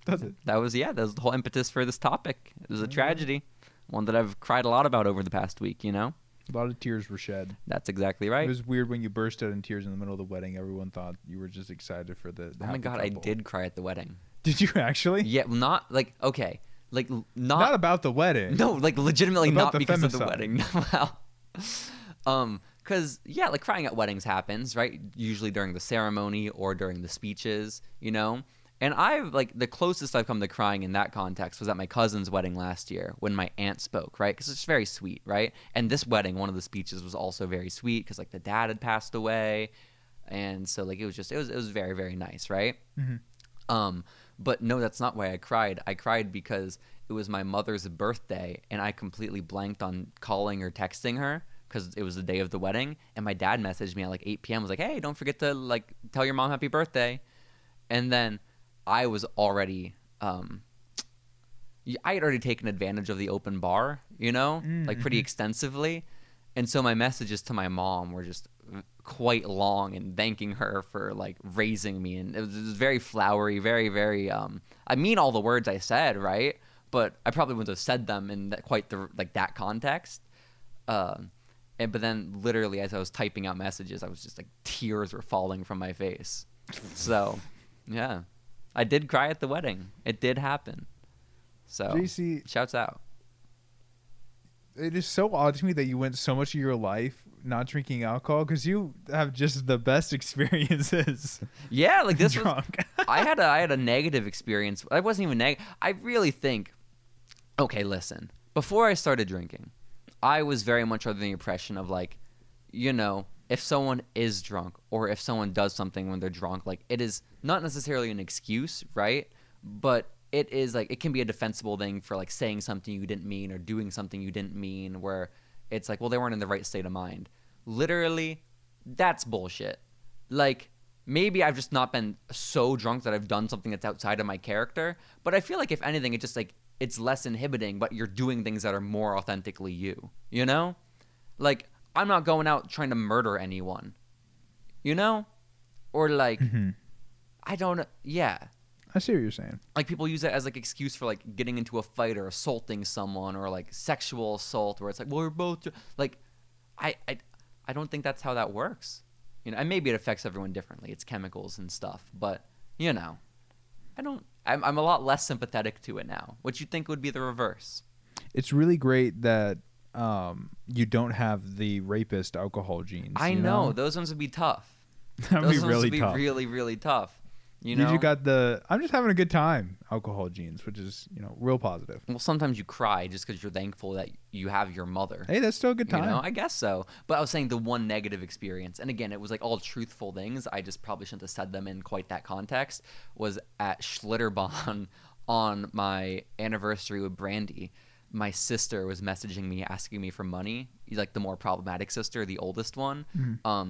Speaker 2: does it
Speaker 1: That was yeah, that was the whole impetus for this topic. It was a tragedy, one that I've cried a lot about over the past week. You know,
Speaker 2: a lot of tears were shed
Speaker 1: that's exactly right.
Speaker 2: it was weird when you burst out in tears in the middle of the wedding everyone thought you were just excited for the, the
Speaker 1: oh my
Speaker 2: happy
Speaker 1: god, I
Speaker 2: couple.
Speaker 1: did cry at the wedding.
Speaker 2: did you actually
Speaker 1: Yeah, well, not like okay,
Speaker 2: *laughs*
Speaker 1: like l-
Speaker 2: not
Speaker 1: not,
Speaker 2: about the wedding
Speaker 1: no, like legitimately
Speaker 2: About
Speaker 1: not
Speaker 2: the
Speaker 1: because of the
Speaker 2: femicide.
Speaker 1: wedding. *laughs* wow. Um, because yeah, like crying at weddings happens, right? Usually during the ceremony or during the speeches, you know. And I've like the closest I've come to crying in that context was at my cousin's wedding last year when my aunt spoke, right? Because it's very sweet, right? And this wedding, one of the speeches was also very sweet because like the dad had passed away, and so like it was just it was it was very very nice, right?
Speaker 2: Mm-hmm.
Speaker 1: Um, but no, that's not why I cried. I cried because it was my mother's birthday, and I completely blanked on calling or texting her because it was the day of the wedding. And my dad messaged me at like 8 p.m. was like, "Hey, don't forget to like tell your mom happy birthday." And then I was already, um, y- I had already taken advantage of the open bar, you know, like pretty extensively. And so my messages to my mom were just quite long and thanking her for like raising me. And it was, it was very flowery, very, very, um, I mean, all the words I said, right? But I probably wouldn't have said them in that, quite the, like that context. Um, and, but then literally as I was typing out messages, I was just like tears were falling from my face. So yeah, I did cry at the wedding. It did happen. So
Speaker 2: JC,
Speaker 1: shouts out.
Speaker 2: it is so odd to me that you went so much of your life not drinking alcohol because you have just the best *laughs* experiences
Speaker 1: Yeah, like this
Speaker 2: *laughs*
Speaker 1: was, *laughs*
Speaker 2: drunk.
Speaker 1: I had a I had a negative experience. I wasn't even negative. I really think. Okay, listen. Before I started drinking, I was very much under the impression of like, you know, if someone is drunk or if someone does something when they're drunk, like it is not necessarily an excuse, right? But it is like it can be a defensible thing for like saying something you didn't mean or doing something you didn't mean, where it's like, well, they weren't in the right state of mind. Literally, that's bullshit. Like maybe I've just not been so drunk that I've done something that's outside of my character. But I feel like if anything, it's just like it's less inhibiting, but you're doing things that are more authentically you. You know, like I'm not going out trying to murder anyone. You know, or like I don't. Yeah,
Speaker 2: I see what you're saying.
Speaker 1: like people use that as like excuse for like getting into a fight or assaulting someone or like sexual assault where it's like well we're both dr-" like I, I I don't think that's how that works you know and maybe it affects everyone differently it's chemicals and stuff but you know I don't I'm, I'm a lot less sympathetic to it now which you think would be the reverse
Speaker 2: It's really great that um, you don't have the rapist alcohol genes.
Speaker 1: I
Speaker 2: you
Speaker 1: know those ones would be tough
Speaker 2: That would *laughs*
Speaker 1: those
Speaker 2: be
Speaker 1: ones
Speaker 2: really
Speaker 1: would be
Speaker 2: tough.
Speaker 1: really really tough You know,
Speaker 2: you just got the I'm just having a good time alcohol genes, which is you know real positive.
Speaker 1: well, sometimes you cry just because you're thankful that you have your mother.
Speaker 2: Hey, that's still a good
Speaker 1: You
Speaker 2: time.
Speaker 1: know, I guess so. But I was saying the one negative experience, and again, it was like all truthful things. I just probably shouldn't have said them in quite that context. Was at Schlitterbahn *laughs* on my anniversary with Brandy. My sister was messaging me asking me for money, like the more problematic sister, the oldest one.
Speaker 2: Mm-hmm.
Speaker 1: Um,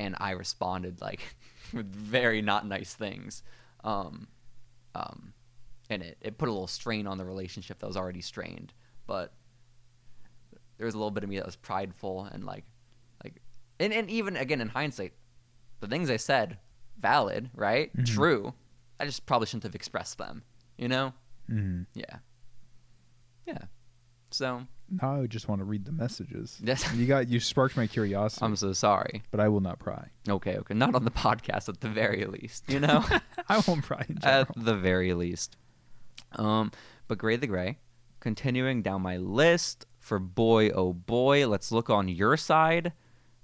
Speaker 1: and I responded like *laughs* with very not nice things. Um, um, and it, it put a little strain on the relationship that was already strained. But there was a little bit of me that was prideful and like like and, and even again in hindsight the things i said valid right
Speaker 2: Mhm.
Speaker 1: true i just probably shouldn't have expressed them you know
Speaker 2: Mhm.
Speaker 1: yeah yeah so
Speaker 2: Now I just want to read the messages.
Speaker 1: Yes.
Speaker 2: you got you sparked my curiosity,
Speaker 1: i'm so sorry
Speaker 2: but I will not pry. *laughs*
Speaker 1: okay okay not on the *laughs* podcast at the very least you know
Speaker 2: I won't pry in general.
Speaker 1: at the very least. Um, but Gray the Gray, continuing down my list for boy oh boy, let's look on your side.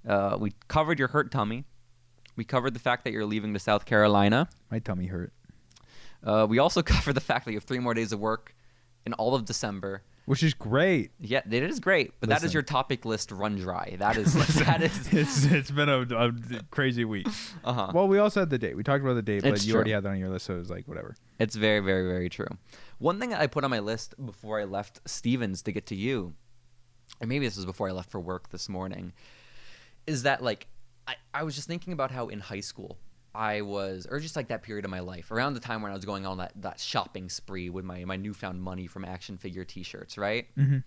Speaker 1: Uh, we covered your hurt tummy. We covered the fact that you're leaving to South Carolina.
Speaker 2: my tummy hurt,
Speaker 1: Uh, we also *laughs* covered the fact that you have three more days of work in all of December.
Speaker 2: which is
Speaker 1: *laughs*
Speaker 2: great.
Speaker 1: Yeah, it is great, but that is
Speaker 2: Listen.
Speaker 1: your topic list run dry. That
Speaker 2: *laughs*
Speaker 1: is *laughs* that is
Speaker 2: it's it's been a, a crazy week.
Speaker 1: *laughs* uh-huh.
Speaker 2: Well, we also had the date. We talked about the date, but
Speaker 1: It's
Speaker 2: you
Speaker 1: true.
Speaker 2: already had that on your list, so it was like whatever.
Speaker 1: It's very, very, very true. One thing that I put on my list before I left Stevens to get to you, and maybe this was before I left for work this morning, is that like I, I was just thinking about how in high school I was, or just like that period of my life, around the time when I was going on that, that shopping spree with my, my newfound money from action figure t shirts, right?
Speaker 2: Mhm.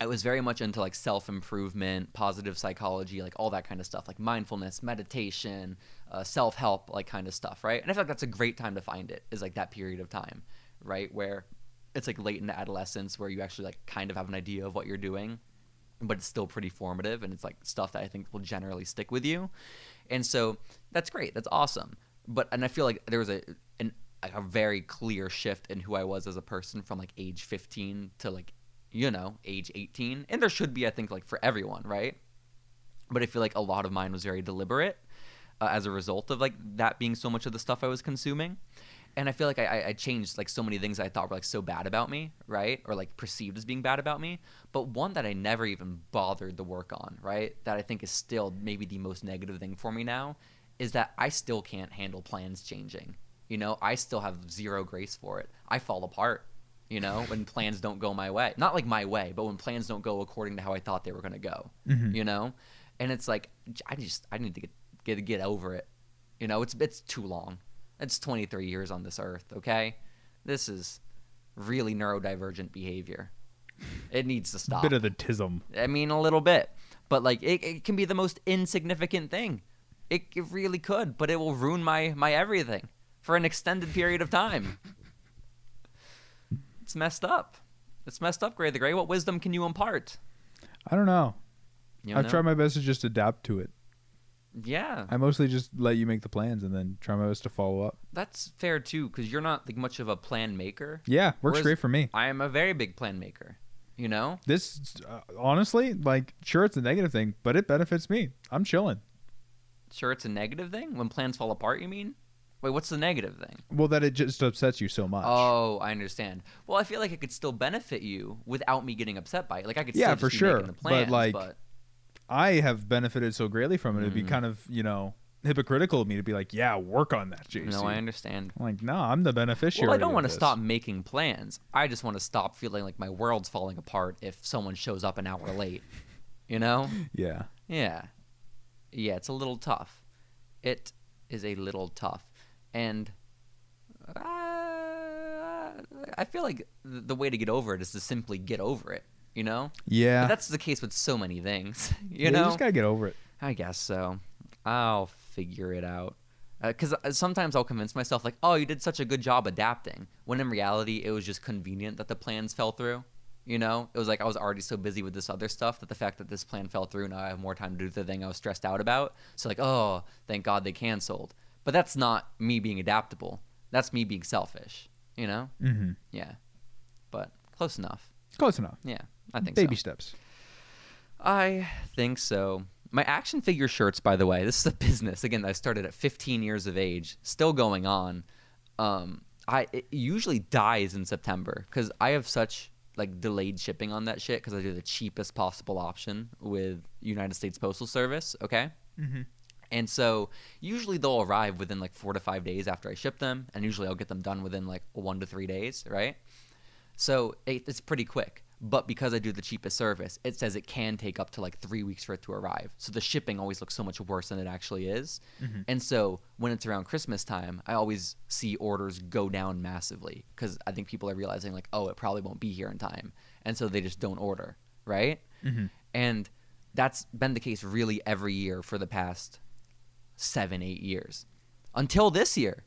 Speaker 1: I was very much into like self improvement, positive psychology, like all that kind of stuff, like mindfulness, meditation, uh, self help, like kind of stuff, right? And I feel like that's a great time to find it, is like that period of time, right? Where it's like late into adolescence where you actually like kind of have an idea of what you're doing, but it's still pretty formative and it's like stuff that I think will generally stick with you. And so that's great. That's awesome. But, and I feel like there was a, an, a very clear shift in who I was as a person from like age 15 to like you know, age 18. And there should be, I think, like for everyone, right? But I feel like a lot of mine was very deliberate uh, as a result of like that being so much of the stuff I was consuming. And I feel like I, I- I changed like so many things I thought were like so bad about me, right? Or like perceived as being bad about me. But one that I never even bothered to work on, right? That I think is still maybe the most negative thing for me now is that I still can't handle plans changing. You know, I still have zero grace for it. I fall apart you know, when plans don't go my way. Not like my way, but when plans don't go according to how I thought they were going to go,
Speaker 2: Mhm.
Speaker 1: you know? And it's like j- I just I need to get get get over it. You know, it's it's too long. It's 23 years on this earth, okay? This is really neurodivergent behavior. It needs to stop.
Speaker 2: Bit of the tism.
Speaker 1: I mean, a little bit, but like it, it can be the most insignificant thing. It, it really could, but it will ruin my my everything for an extended period of time. it's messed up. It's messed up, Gray the Gray. What wisdom can you impart?
Speaker 2: I don't know.
Speaker 1: You
Speaker 2: I've
Speaker 1: know?
Speaker 2: tried my best to just adapt to it.
Speaker 1: Yeah,
Speaker 2: I mostly just let you make the plans and then try my best to follow up.
Speaker 1: that's fair too, because you're not like much of a plan maker.
Speaker 2: Yeah, works
Speaker 1: Whereas-
Speaker 2: great for me.
Speaker 1: I am a very big plan maker. You know,
Speaker 2: This uh, honestly, like, sure, it's a negative thing, but it benefits me. I'm chilling.
Speaker 1: sure it's a negative thing when plans fall apart. You mean? Wait, what's the negative thing?
Speaker 2: Well, that it just upsets you so much.
Speaker 1: Oh, I understand. Well, I feel like it could still benefit you without me getting upset by it. Like I could
Speaker 2: Yeah,
Speaker 1: still
Speaker 2: for
Speaker 1: just be
Speaker 2: sure,
Speaker 1: making the
Speaker 2: but,
Speaker 1: plans, but,
Speaker 2: like, I have benefited so greatly from it. It'd be
Speaker 1: Mm.
Speaker 2: kind of you know hypocritical of me to be like, yeah, work on that, JC.
Speaker 1: no, I understand.
Speaker 2: I'm like, no, I'm the beneficiary.
Speaker 1: Well, I don't
Speaker 2: want
Speaker 1: to stop making plans. I just want to stop feeling like my world's falling apart if someone shows up an hour late. You
Speaker 2: *laughs*
Speaker 1: know?
Speaker 2: Yeah,
Speaker 1: Yeah. Yeah, it's a little tough. It is a little tough. And uh, I feel like th- the way to get over it is to simply get over it, you know?
Speaker 2: yeah.
Speaker 1: But that's the case with so many things, *laughs* you
Speaker 2: Yeah,
Speaker 1: know?
Speaker 2: you just gotta get over it.
Speaker 1: I guess so. I'll figure it out. Because sometimes I'll convince myself, like, oh, you did such a good job adapting. When in reality, it was just convenient that the plans fell through. You know, it was like I was already so busy with this other stuff that the fact that this plan fell through, now I have more time to do the thing I was stressed out about. So, like, oh, thank God they canceled. But that's not me being adaptable. That's me being selfish, you know?
Speaker 2: Mm-hmm.
Speaker 1: Yeah. But close enough.
Speaker 2: Close enough.
Speaker 1: Yeah, I think so.
Speaker 2: Baby steps.
Speaker 1: I think so. My action figure shirts, by the way, this is a *laughs* business again that I started at 15 years of age, still going on. Um, I it usually dies in September because I have such like delayed shipping on that shit because I do the cheapest possible option with United States Postal Service. Okay. And so usually they'll arrive within like four to five days after I ship them, and usually I'll get them done within like one to three days, right? So it, it's pretty quick. But because I do the cheapest service, it says it can take up to like three weeks for it to arrive. So the shipping always looks so much worse than it actually is. And so when it's around Christmas time, I always see orders go down massively because I think people are realizing, like, oh, it probably won't be here in time. And so they just don't order, right? And that's been the case really every year for the past seven, eight years until this year.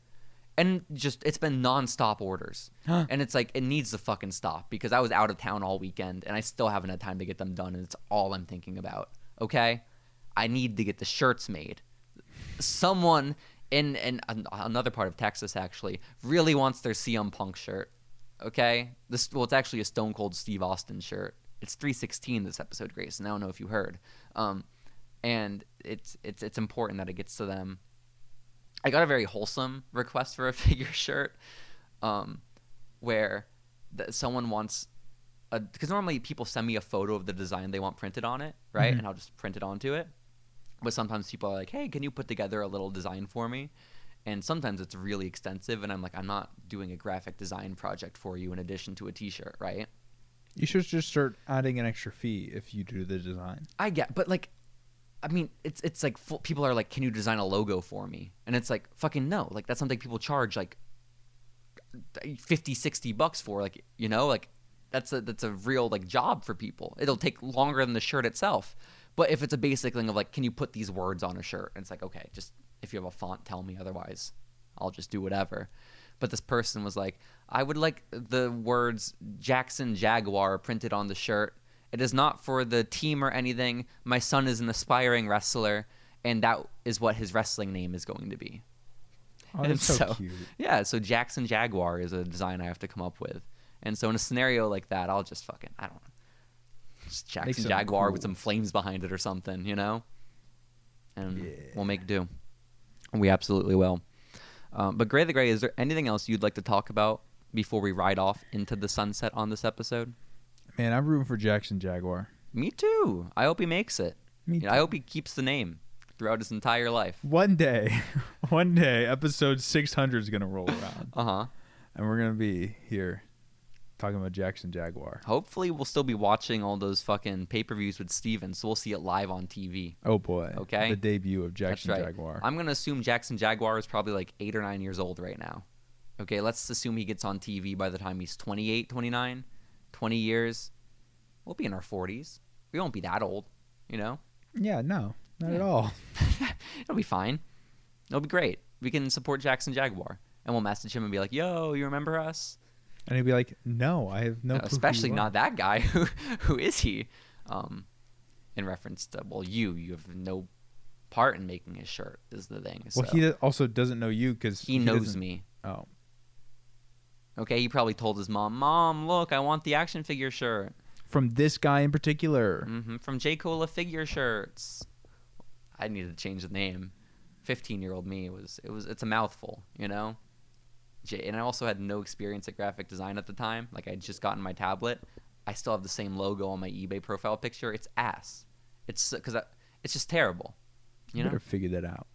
Speaker 1: And just, it's been nonstop orders. and it's like, it needs to fucking stop because I was out of town all weekend and I still haven't had time to get them done. And it's all I'm thinking about. Okay. I need to get the shirts made. Someone in, in an, another part of Texas actually really wants their CM Punk shirt. Okay. This, well, it's actually a Stone Cold Steve Austin shirt. It's 316 this episode, Grace, and I don't know if you heard. Um, and it's, it's, it's important that it gets to them. I got a very wholesome request for a *laughs* figure shirt, um, where th- someone wants, because normally people send me a photo of the design they want printed on it, right? And I'll just print it onto it. But sometimes people are like, "Hey, can you put together a little design for me?" And sometimes it's really extensive, and I'm like, "I'm not doing a graphic design project for you in addition to a T-shirt, right?"
Speaker 2: You should just start adding an extra fee if you do the design.
Speaker 1: I get, but like, I mean, it's it's like full, people are like, "Can you design a logo for me?" And it's like, fucking no. Like that's something people charge like 50, 60 bucks for. Like you know, like that's a that's a real like job for people. It'll take longer than the shirt itself. But if it's a basic thing of like, can you put these words on a shirt? And it's like, okay, just if you have a font, tell me. Otherwise, I'll just do whatever. But this person was like, I would like the words Jackson Jaguar printed on the shirt. It is not for the team or anything. My son is an aspiring wrestler, and that is what his wrestling name is going to be.
Speaker 2: Oh,
Speaker 1: And
Speaker 2: that's so, cute.
Speaker 1: Yeah, so Jackson Jaguar is a design I have to come up with. And so in a scenario like that, I'll just fucking I don't know. Just Jackson
Speaker 2: something
Speaker 1: Jaguar with
Speaker 2: cool.
Speaker 1: some flames behind it or something, you know? And
Speaker 2: Yeah.
Speaker 1: we'll make do. We absolutely will. Um, but Gray the Gray, is there anything else you'd like to talk about before we ride off into the sunset on this episode?
Speaker 2: Man, I'm rooting for Jackson Jaguar.
Speaker 1: Me too. I hope he makes it.
Speaker 2: Me
Speaker 1: I hope he keeps the name throughout his entire life.
Speaker 2: One day, *laughs* one day, episode 600 is going to roll around,
Speaker 1: Uh huh.
Speaker 2: and we're going to be here talking about Jackson Jaguar.
Speaker 1: Hopefully, we'll still be watching all those fucking pay per views with Steven, so we'll see it live on TV.
Speaker 2: Oh boy!
Speaker 1: Okay.
Speaker 2: the debut of
Speaker 1: That's
Speaker 2: Jackson
Speaker 1: right.
Speaker 2: Jaguar.
Speaker 1: I'm going to assume Jackson Jaguar is probably like eight or nine years old right now. Okay, let's assume he gets on TV by the time he's 28, 29, 20 years. We'll be in our 40s. We won't be that old, you know?
Speaker 2: yeah, no, not at
Speaker 1: Yeah.
Speaker 2: all.
Speaker 1: It'll be fine. It'll be great. We can support Jackson Jaguar. And we'll message him and be like, yo, you remember us?
Speaker 2: And he'd be like, "No, I have no."
Speaker 1: Uh,
Speaker 2: clue who
Speaker 1: especially
Speaker 2: you are."
Speaker 1: not that guy. *laughs* Who who is he? Um, in reference to well, you you have no part in making his shirt is the thing. So
Speaker 2: Well, he do- also doesn't know you because
Speaker 1: he knows
Speaker 2: doesn't-
Speaker 1: me.
Speaker 2: Oh,
Speaker 1: Okay, he probably told his mom, "Mom, look, I want the action figure shirt
Speaker 2: from this guy in particular.
Speaker 1: hmm from J Cola figure shirts." I needed to change the name. Fifteen-year-old me was it was it's a mouthful, you know. J- and I also had no experience at graphic design at the time. Like I'd just gotten my tablet. I still have the same logo on my eBay profile picture. It's ass. It's because it's just terrible. You know,
Speaker 2: better figure that out.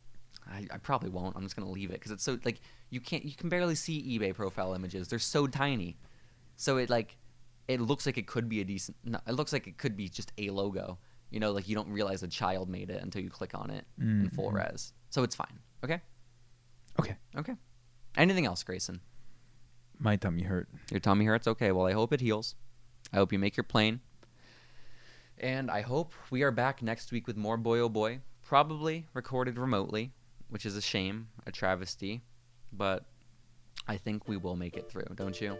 Speaker 1: I, I probably won't. I'm just gonna leave it because it's so like you can't you can barely see eBay profile images. They're so tiny, so it like it looks like it could be a decent. No, it looks like it could be just a logo. You know, like you don't realize a child made it until you click on it in full
Speaker 2: Mm.
Speaker 1: res. So it's fine. Okay,
Speaker 2: Okay,
Speaker 1: okay. Anything else, Grayson?
Speaker 2: my tummy hurt.
Speaker 1: Your tummy hurts? Okay, well, I hope it heals. I hope you make your plane. And I hope we are back next week with more Boy Oh Boy, probably recorded remotely, which is a shame, a travesty, but I think we will make it through, don't you?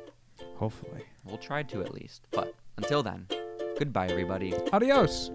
Speaker 2: Hopefully,
Speaker 1: We'll try to at least. But until then, goodbye, everybody.
Speaker 2: adios.